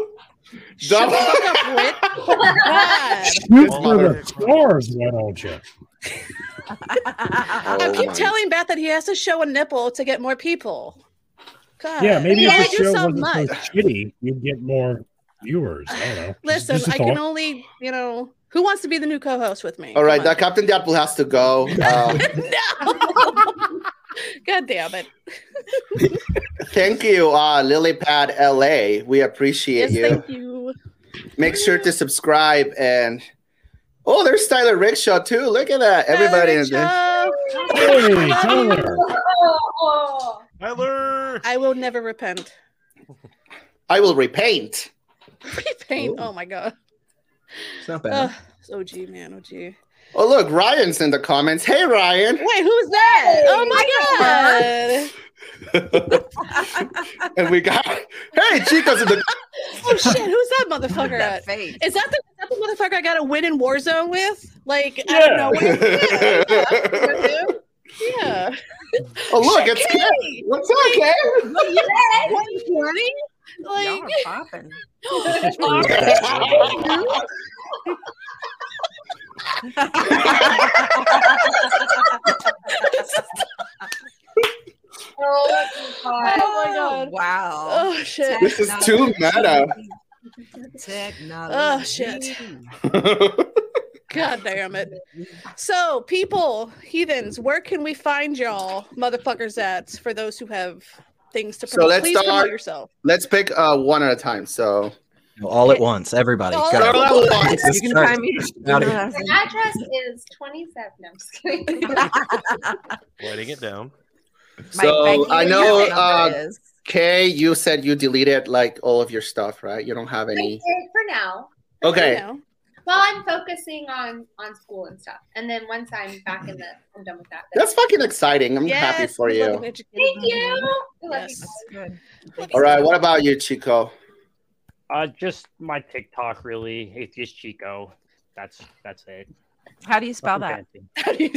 Speaker 2: Double-
Speaker 5: Shoot for the stars, why don't you? Oh
Speaker 1: I keep telling Beth that he has to show a nipple to get more people. God.
Speaker 5: Yeah, maybe
Speaker 1: You
Speaker 5: if
Speaker 1: can't
Speaker 5: the
Speaker 1: do
Speaker 5: show
Speaker 1: so
Speaker 5: wasn't
Speaker 1: much.
Speaker 5: so shitty, you'd get more viewers. I don't know.
Speaker 1: Listen,
Speaker 5: Just a
Speaker 1: I can
Speaker 5: thought.
Speaker 1: only, you know, who wants to be the new co-host with me?
Speaker 2: All right, that Captain Dapple has to go. Uh,
Speaker 1: God damn it.
Speaker 2: thank you, uh, Lilypad LA. We appreciate
Speaker 1: Yes,
Speaker 2: you.
Speaker 1: thank you.
Speaker 2: Make sure to subscribe and oh, there's Tyler Rickshaw too. Look at that, everybody! in there.
Speaker 5: Hey,
Speaker 1: Tyler.
Speaker 6: Tyler.
Speaker 1: I will never repent.
Speaker 2: I will repaint.
Speaker 1: Repaint. Oh my god.
Speaker 2: It's not
Speaker 1: Ugh, oh gee, man. Oh gee.
Speaker 2: Oh look, Ryan's in the comments. Hey, Ryan.
Speaker 1: Wait, who's that? Oh my god.
Speaker 2: And we got hey, Chico's in the
Speaker 1: Oh shit, who's that motherfucker
Speaker 2: That
Speaker 1: at? Is that, the, is that the motherfucker I got to win in Warzone with? Like, I don't know. What yeah.
Speaker 2: Oh, look, it's
Speaker 1: Kay.
Speaker 2: Kay. What's up, Kay?
Speaker 1: What, you, what, you running?
Speaker 14: Y'all are
Speaker 1: Like,
Speaker 14: popping.
Speaker 3: Oh,
Speaker 1: Oh my god.
Speaker 14: Wow.
Speaker 1: Oh shit.
Speaker 2: This is too meta.
Speaker 14: Technology.
Speaker 1: Oh shit. God damn it. So, people, heathens, where can we find y'all motherfuckers at for those who have things to promote?
Speaker 2: So let's
Speaker 1: Please promote
Speaker 2: start.
Speaker 1: yourself.
Speaker 2: Let's pick uh, one at a time. So
Speaker 8: All at once, everybody.
Speaker 1: All
Speaker 8: Go.
Speaker 1: at
Speaker 2: once.
Speaker 8: Just
Speaker 2: You can
Speaker 8: start.
Speaker 2: find me.
Speaker 8: Out of-
Speaker 3: The address is 27. No, I'm just kidding.
Speaker 6: Writing it down.
Speaker 2: So
Speaker 3: Becky,
Speaker 2: I
Speaker 3: you
Speaker 2: know,
Speaker 3: know what it
Speaker 2: uh,
Speaker 3: is.
Speaker 2: Kay, you said you deleted like all of your stuff, right? You don't have
Speaker 3: I did
Speaker 2: any.
Speaker 3: for now.
Speaker 2: Okay.
Speaker 3: Well, I'm focusing on on school and stuff, and then once I'm back in the, I'm done with that. then-
Speaker 2: That's fucking exciting. I'm happy for you.
Speaker 3: Thank you. I love you guys.
Speaker 2: All right. What about you, Chico?
Speaker 4: Uh, just my TikTok, really. Atheist Chico. That's that's it.
Speaker 14: How do you spell that?
Speaker 1: How do you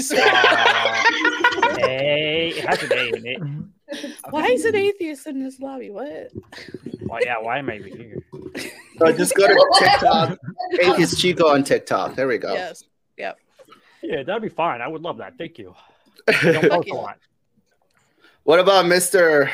Speaker 4: Hey, it has an A in it.
Speaker 1: Why is an atheist in this lobby? What?
Speaker 4: Why, yeah, why am I even here?
Speaker 2: So just go to TikTok. Atheist Chico on TikTok. There we go.
Speaker 1: Yes. Yep.
Speaker 4: Yeah, that'd be fine. I would love that. Thank you. I don't post a lot.
Speaker 2: What about Mister?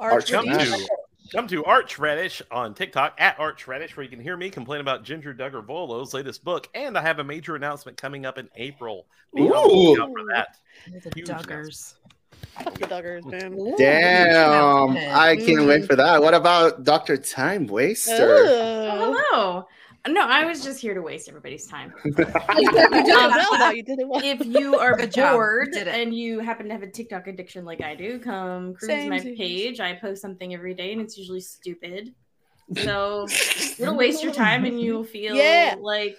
Speaker 2: Arch
Speaker 6: Come
Speaker 2: Radish.
Speaker 6: to, come to Arch Radish on TikTok at Arch Radish, where you can hear me complain about Ginger Duggar Volo's latest book. And I have a major announcement coming up in April. Be on the
Speaker 2: Ooh.
Speaker 6: lookout for that.
Speaker 14: The Duggars.
Speaker 1: Fuck
Speaker 4: Uh.
Speaker 1: you, Duggars, man.
Speaker 2: Damn, I can't wait for that. What
Speaker 1: Mm-hmm.
Speaker 2: about Doctor Time Waster?
Speaker 1: Oh,
Speaker 12: hello. No, I was just here to waste everybody's time.
Speaker 1: you did it well, though. You did it well.
Speaker 12: If you are
Speaker 14: Good job.
Speaker 12: bored
Speaker 14: Did it.
Speaker 12: and you happen to have a TikTok addiction like I do, come cruise my
Speaker 1: Samesies.
Speaker 12: page. I post something every day and it's usually stupid. So it'll waste your time and you'll feel
Speaker 1: Yeah.
Speaker 12: like,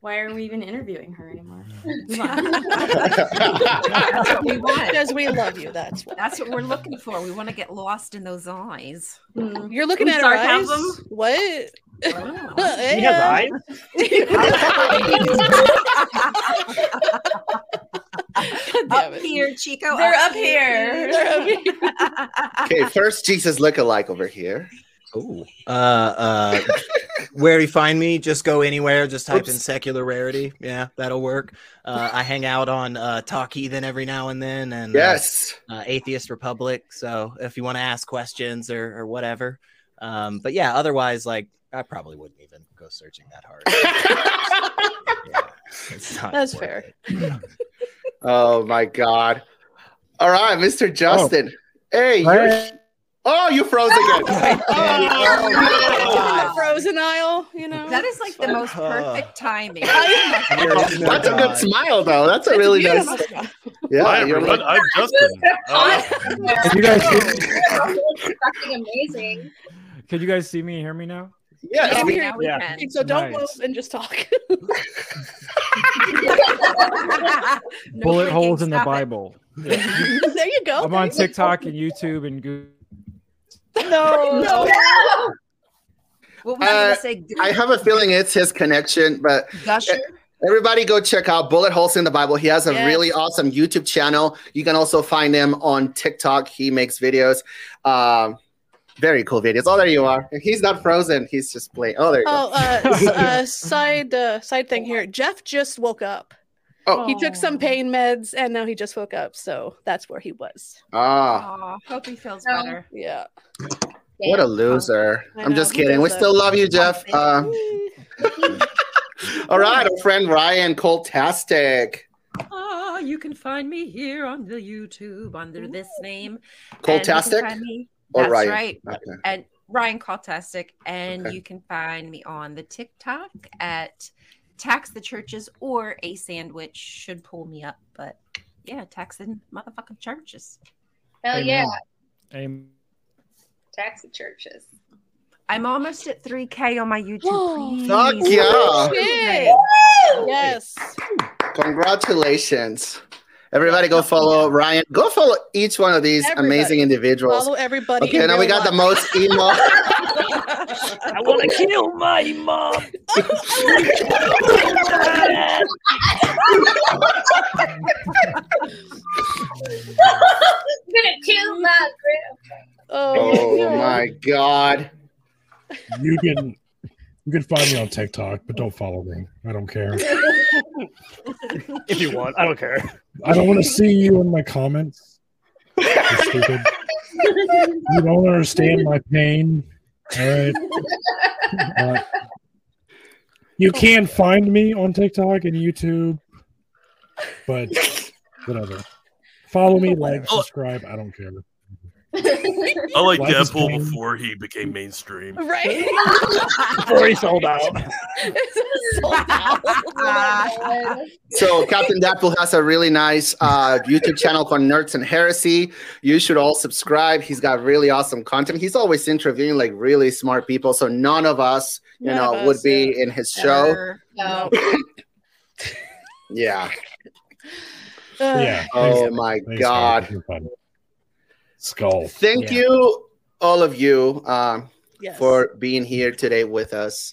Speaker 12: why are we even interviewing her anymore? Move
Speaker 14: That's what we want.
Speaker 1: Because we love you. That's what.
Speaker 14: That's what we're looking for. We want to get lost in those eyes.
Speaker 12: on.
Speaker 1: Mm-hmm. You're looking at her eyes. What?
Speaker 4: He has eyes.
Speaker 1: God damn
Speaker 12: Up
Speaker 1: it.
Speaker 12: here
Speaker 14: here, Chico.
Speaker 12: They're up here. They're up here.
Speaker 2: Okay, first Jesus look alike over here.
Speaker 8: Oh. Uh, uh, where you find me? Just go anywhere. Just type in
Speaker 2: Oops.
Speaker 8: secular rarity. Yeah, that'll work. Uh, I hang out on uh, Talk Heathen every now and then, and uh,
Speaker 2: Yes.
Speaker 8: uh, Atheist Republic. So if you want to ask questions or, or whatever, um, but yeah, otherwise, like I probably wouldn't even go searching that hard. Yeah, it's not
Speaker 1: That's
Speaker 8: worth
Speaker 1: fair.
Speaker 8: it.
Speaker 2: Oh my god. All right,
Speaker 8: Oh.
Speaker 2: Mr. Justin. Hey, you're Oh, you froze again.
Speaker 14: Oh,
Speaker 1: The frozen aisle, you know.
Speaker 14: That is like the most perfect timing.
Speaker 2: That's a good smile though. That's a really nice. Yeah,
Speaker 6: Hi,
Speaker 2: you're
Speaker 6: everyone.
Speaker 2: like-
Speaker 6: I'm Justin. Uh,
Speaker 9: you guys,
Speaker 3: fucking amazing.
Speaker 9: can you guys see me and hear me now?
Speaker 2: Yes,
Speaker 1: Yeah,
Speaker 2: we-
Speaker 1: we
Speaker 2: now
Speaker 1: hear
Speaker 2: we
Speaker 1: you.
Speaker 2: can.
Speaker 1: So don't
Speaker 9: Nice.
Speaker 1: move and just talk.
Speaker 9: Bullet holes in the Bible.
Speaker 1: there you go.
Speaker 9: I'm on TikTok and YouTube and Google.
Speaker 1: No.
Speaker 14: No. What was I
Speaker 2: Uh,
Speaker 14: gonna say?
Speaker 2: I have a feeling it's his connection, but e-,
Speaker 14: Gusher?
Speaker 2: everybody go check out Bullet Holes in the Bible. He has a
Speaker 14: Yes.
Speaker 2: really awesome YouTube channel. You can also find him on TikTok. He makes videos. Um, very cool videos. Oh, there you are. He's not frozen. He's just playing. Oh, there you
Speaker 1: Oh,
Speaker 2: go.
Speaker 1: uh, s- uh, side uh, side thing here. Jeff just woke up.
Speaker 2: Oh.
Speaker 1: He took some pain meds and now he just woke up. So that's where he was.
Speaker 2: Ah,
Speaker 14: Aw, hope he feels
Speaker 1: Oh.
Speaker 14: better.
Speaker 1: Yeah.
Speaker 2: what a loser.
Speaker 1: I
Speaker 2: I'm
Speaker 1: know,
Speaker 2: just
Speaker 1: he
Speaker 2: kidding. We
Speaker 1: does
Speaker 2: still
Speaker 1: suck.
Speaker 2: love you, Jeff. Uh, all right, our friend Ryan Coltastic.
Speaker 14: Ah, you can find me here on the YouTube under this name. And
Speaker 2: Coltastic
Speaker 14: you can find me-
Speaker 2: or
Speaker 14: That's
Speaker 2: Ryan?
Speaker 14: right.
Speaker 2: Okay.
Speaker 14: And Ryan Coltastic. And
Speaker 2: Okay.
Speaker 14: you can find me on the TikTok at Tax the Churches or A Sandwich should pull me up. But yeah, tax the motherfucking churches.
Speaker 3: Hell yeah.
Speaker 9: Amen.
Speaker 3: Tax the churches.
Speaker 14: I'm almost at 3K on my YouTube. please.
Speaker 2: Fuck yeah.
Speaker 1: Yay. Yes.
Speaker 2: Congratulations. Everybody go follow Ryan. Go follow each one of these
Speaker 1: Everybody.
Speaker 2: amazing individuals.
Speaker 1: Follow everybody.
Speaker 2: okay,
Speaker 1: in
Speaker 2: now we
Speaker 1: real
Speaker 2: got the
Speaker 1: life.
Speaker 2: most emo.
Speaker 4: I want to kill my mom.
Speaker 3: gonna kill my
Speaker 1: Oh,
Speaker 2: oh my god.
Speaker 5: You can you can find me on TikTok, but don't follow me. I don't care.
Speaker 4: If you want, I don't care.
Speaker 5: I don't want to see you in my comments. You're stupid. You don't understand my pain. All right. Uh, you can find me on TikTok and YouTube, but whatever. Follow me, like, subscribe. I don't care.
Speaker 6: I like
Speaker 5: Life is
Speaker 6: Deadpool
Speaker 5: pain.
Speaker 6: before he became mainstream.
Speaker 1: Right.
Speaker 4: Before he sold out.
Speaker 2: uh, So Captain Deadpool has a really nice uh, YouTube channel called Nerds and Heresy. You should all subscribe. He's got really awesome content. He's always interviewing like really smart people. So none of us, you
Speaker 1: None
Speaker 2: know,
Speaker 1: of
Speaker 2: would
Speaker 1: us,
Speaker 2: be in his show.
Speaker 3: No.
Speaker 2: Yeah.
Speaker 5: Yeah.
Speaker 2: Oh my
Speaker 5: Thanks,
Speaker 2: god.
Speaker 5: guys. Skull.
Speaker 2: Thank
Speaker 4: Yeah.
Speaker 2: you, all of you. Um,
Speaker 1: Yes.
Speaker 2: for being here today with us.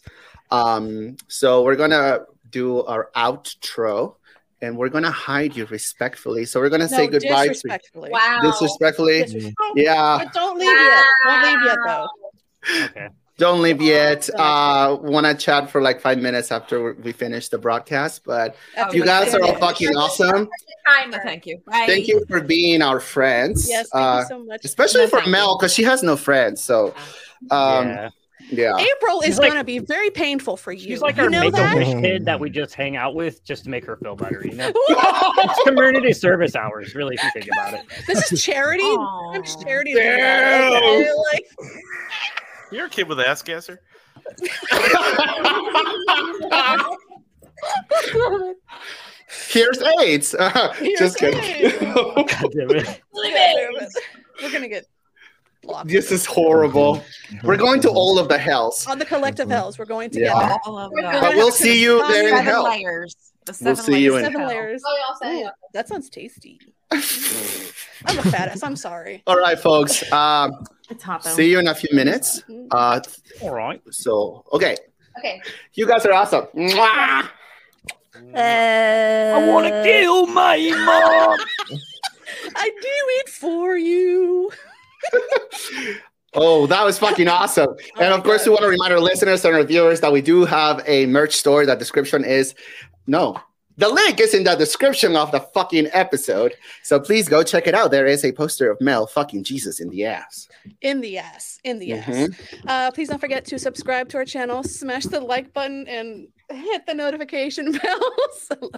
Speaker 2: Um, so we're gonna do our outro, and we're gonna hide you respectfully. So we're gonna say
Speaker 1: No,
Speaker 2: goodbye to
Speaker 1: disrespectfully.
Speaker 3: Wow.
Speaker 2: disrespectfully.
Speaker 1: Disrespectful.
Speaker 2: Yeah,
Speaker 1: But don't leave yet. Don't leave yet though.
Speaker 4: Okay.
Speaker 2: don't leave yet. Uh, wanna chat for like five minutes after we finish the broadcast, but
Speaker 1: After
Speaker 2: you
Speaker 1: we
Speaker 2: guys are all
Speaker 1: finish.
Speaker 2: fucking awesome.
Speaker 3: Timer.
Speaker 14: Thank you. Bye.
Speaker 2: Thank you for being our friends.
Speaker 1: Yes, thank
Speaker 2: Uh,
Speaker 1: you so much.
Speaker 2: especially
Speaker 1: No,
Speaker 2: for
Speaker 1: thank you.
Speaker 2: Mel, because she has no friends. So, um,
Speaker 4: yeah.
Speaker 2: yeah.
Speaker 1: April is
Speaker 4: She's like-
Speaker 1: gonna be very painful for you.
Speaker 4: She's like
Speaker 1: you
Speaker 4: our
Speaker 1: know
Speaker 4: make a
Speaker 1: that?
Speaker 4: wish kid that we just hang out with just to make her feel better, you know? it's community service hours, really, if you think about it. Oh,
Speaker 1: This is charity.
Speaker 14: Aw.
Speaker 1: I'm charity. Okay, like
Speaker 6: You're a kid with ass gasser.
Speaker 2: Here's AIDS.
Speaker 1: Here's
Speaker 2: Just kidding.
Speaker 4: God damn it.
Speaker 1: we're gonna get blocked.
Speaker 2: this is horrible. We're going to all of the hells.
Speaker 1: On the collective hells, we're going
Speaker 2: Mm-hmm. Yeah.
Speaker 1: together.
Speaker 14: All of
Speaker 1: We're
Speaker 14: them.
Speaker 1: gonna
Speaker 2: But we'll
Speaker 1: have to
Speaker 2: see you
Speaker 1: find
Speaker 2: there in
Speaker 1: seven
Speaker 2: hell.
Speaker 14: layers. The
Speaker 2: We'll
Speaker 14: seven
Speaker 2: see you
Speaker 14: layers
Speaker 2: in
Speaker 14: of
Speaker 1: Seven
Speaker 14: hell.
Speaker 1: layers.
Speaker 3: Oh, y'all said it.
Speaker 1: Ooh, that sounds tasty. I'm a fat ass. I'm sorry.
Speaker 2: All right, folks. Um,
Speaker 12: It's hot though.
Speaker 2: see you in a few minutes.
Speaker 1: Mm-hmm.
Speaker 2: Uh,
Speaker 4: All right.
Speaker 2: so, okay.
Speaker 3: Okay.
Speaker 2: You guys are awesome. Mwah!
Speaker 1: Uh,
Speaker 4: I want to kill my mom.
Speaker 1: I do it for you.
Speaker 2: Oh, that was fucking awesome.
Speaker 1: Oh
Speaker 2: And of course, we want to remind our listeners and our viewers that we do have a merch store. That description is no. The link is in the description of the fucking episode. So please go check it out. There is a poster of Mel fucking Jesus in the ass.
Speaker 1: In the ass. In the ass.
Speaker 2: Mhm.
Speaker 1: Uh, please don't forget to subscribe to our channel, smash the like button, and hit the notification bell so,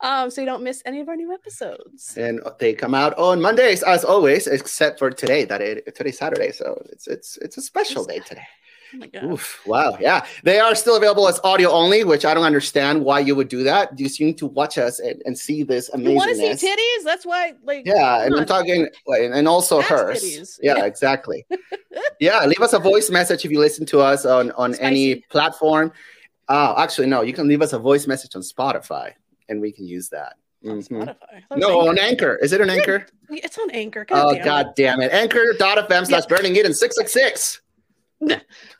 Speaker 1: um, so you don't miss any of our new episodes.
Speaker 2: And they come out on Mondays, as always, except for today. That it today's Saturday, so it's it's it's a special day today.
Speaker 1: Oh my God.
Speaker 2: Oof, wow, yeah. They are still available as audio only, which I don't understand why you would do that. You seem to watch us and, and see this
Speaker 1: You want to see
Speaker 2: amazingness.
Speaker 1: titties? That's why, like,
Speaker 2: Yeah, and
Speaker 1: come
Speaker 2: I'm
Speaker 1: on.
Speaker 2: talking, and and also
Speaker 1: That's
Speaker 2: hers.
Speaker 1: titties.
Speaker 2: Yeah, exactly. yeah, leave us a voice message if you listen to us on on any platform. Uh, actually, no, you can leave us a voice message on Spotify, and we can use that. Mhm.
Speaker 1: Spotify.
Speaker 2: No, on Anchor. Is it an Anchor?
Speaker 1: It's on Anchor. God
Speaker 2: Oh,
Speaker 1: damn it.
Speaker 2: god damn it. Anchor.fm slash burning it in 666.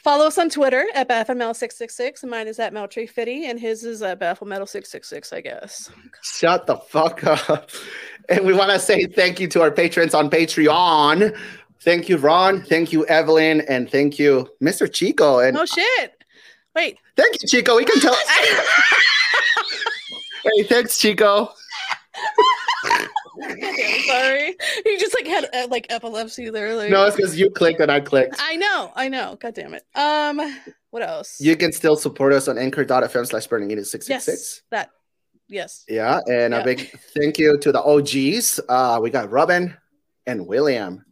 Speaker 1: Follow us on Twitter at BaffinMel666. and Mine is at Meltree50, and his is at BaffleMetal666, I guess.
Speaker 2: Shut the fuck up. And we want to say thank you to our patrons on Patreon. Thank you, Ron. Thank you, Evelyn. And thank you, Mr. Chico. And
Speaker 1: Oh, shit. Wait.
Speaker 2: Thank you, Chico. We can tell. hey, thanks, Chico.
Speaker 1: I'm sorry. You just like had uh, like epilepsy there. Like,
Speaker 2: No, it's because you clicked and I clicked.
Speaker 1: I know. I know. God damn it. Um, what else?
Speaker 2: You can still support us on anchor.fm slash burning it in
Speaker 1: Yes.
Speaker 2: 666.
Speaker 1: That. Yes.
Speaker 2: Yeah, and a
Speaker 1: Yeah.
Speaker 2: big thank you to the OGs. Uh, we got Robin and William.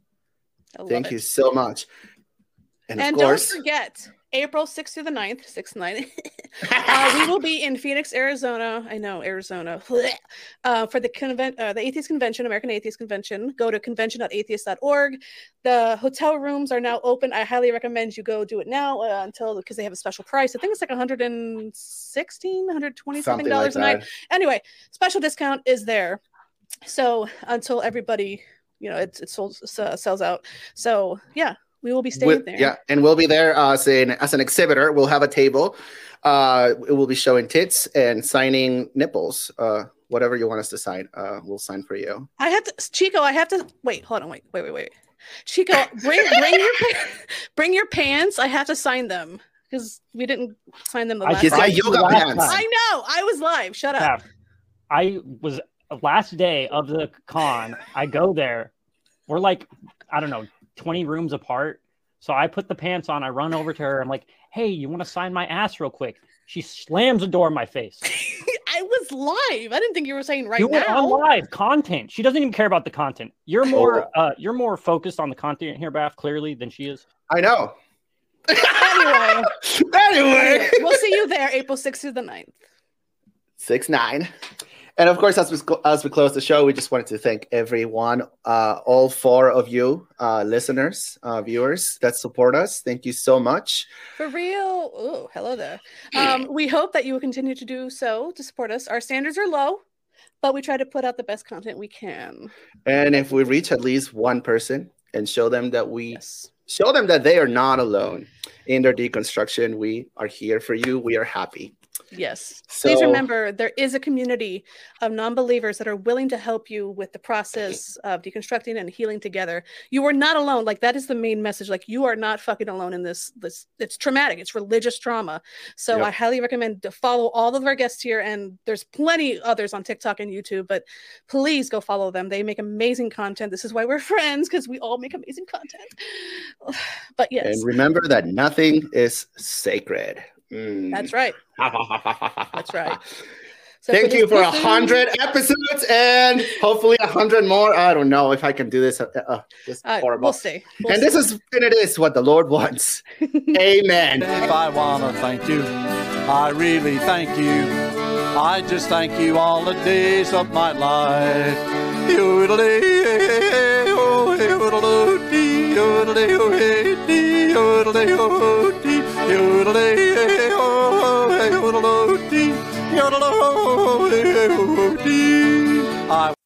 Speaker 1: I
Speaker 2: Thank
Speaker 1: love
Speaker 2: you
Speaker 1: it.
Speaker 2: so much. And,
Speaker 1: And,
Speaker 2: of course,
Speaker 1: don't forget, April 6th through the 9th, 6 to 9. uh, we will be in Phoenix, Arizona. I know, Arizona. uh, for the convent, uh, the Atheist Convention, American Atheist Convention. Go to convention.atheist.org. The hotel rooms are now open. I highly recommend you go do it now uh, until because they have a special price. I think it's like 116 120 something
Speaker 2: Something like
Speaker 1: dollars a night.
Speaker 2: that.
Speaker 1: Anyway, special discount is there. So until everybody, you know, it, it sold, s- uh, sells out. So yeah, we will be staying
Speaker 2: we'll-
Speaker 1: there.
Speaker 2: yeah, and we'll be there uh, as an as an exhibitor. We'll have a table. Uh, it will be showing tits and signing nipples. Uh, whatever you want us to sign, uh, we'll sign for you.
Speaker 1: I have to, Chico. I have to wait. Hold on. Wait. Wait. Wait. Wait. Chico, bring bring your pa- bring your pants. I have to sign them because we didn't sign them the
Speaker 4: I
Speaker 1: last.
Speaker 4: just got
Speaker 1: time.
Speaker 4: yoga pants.
Speaker 1: I know. I was live. Shut up.
Speaker 4: crap. I was last day of the con. I go there. We're like, I don't know, 20 rooms apart. So I put the pants on. I run over to her. I'm like, hey, you want to sign my ass real quick? She slams the door in my face.
Speaker 1: I was live. I didn't think you were saying right
Speaker 4: you were
Speaker 1: now.
Speaker 4: on live content. She doesn't even care about the content.
Speaker 2: Oh.
Speaker 4: You're more uh, you're more focused on the content here, Baf, clearly than she is.
Speaker 2: I know.
Speaker 1: Anyway.
Speaker 2: Anyway.
Speaker 1: we'll see you there, April sixth through the 9th.
Speaker 2: six nine. And of course, as we as we close the show, we just wanted to thank everyone, uh, all four of you, uh, listeners, uh, viewers that support us. Thank you so much.
Speaker 1: For real. Oh, hello there. Um, we hope that you will continue to do so to support us. Our standards are low, but we try to put out the best content we can.
Speaker 2: And if we reach at least one person and show them that we show them that they are not alone in their deconstruction, we are here for you. We are happy.
Speaker 1: Yes. Please
Speaker 2: So-
Speaker 1: remember there is a community of non believers that are willing to help you with the process of deconstructing and healing together. You are not alone. Like that is the main message. Like you are not fucking alone in this. This it's traumatic. It's religious trauma. So
Speaker 2: Yep.
Speaker 1: I highly recommend to follow all of our guests here. And there's plenty others on TikTok and YouTube, but please go follow them. They make amazing content. This is why we're friends, because we all make amazing content. but yes,
Speaker 2: And remember that nothing is sacred. Mm.
Speaker 1: that's right.
Speaker 2: That's
Speaker 1: right. So
Speaker 2: Thank
Speaker 1: this
Speaker 2: you for a
Speaker 1: person-
Speaker 2: hundred episodes and hopefully a hundred more. I don't know if I can do this. Uh, uh, this is
Speaker 1: Uh,
Speaker 2: horrible.
Speaker 1: we'll see. We'll
Speaker 2: and this is and it is what the Lord wants. Amen.
Speaker 10: If I wanna thank you, I really thank you. I just thank you all the days of my life. Yodelay-oh, yodelay-oh-dee, yodelay-oh-hey-dee, yodelay-oh-dee, yodelay-oh-hey-oh-dee, yodelay-oh-hey-oh-dee. I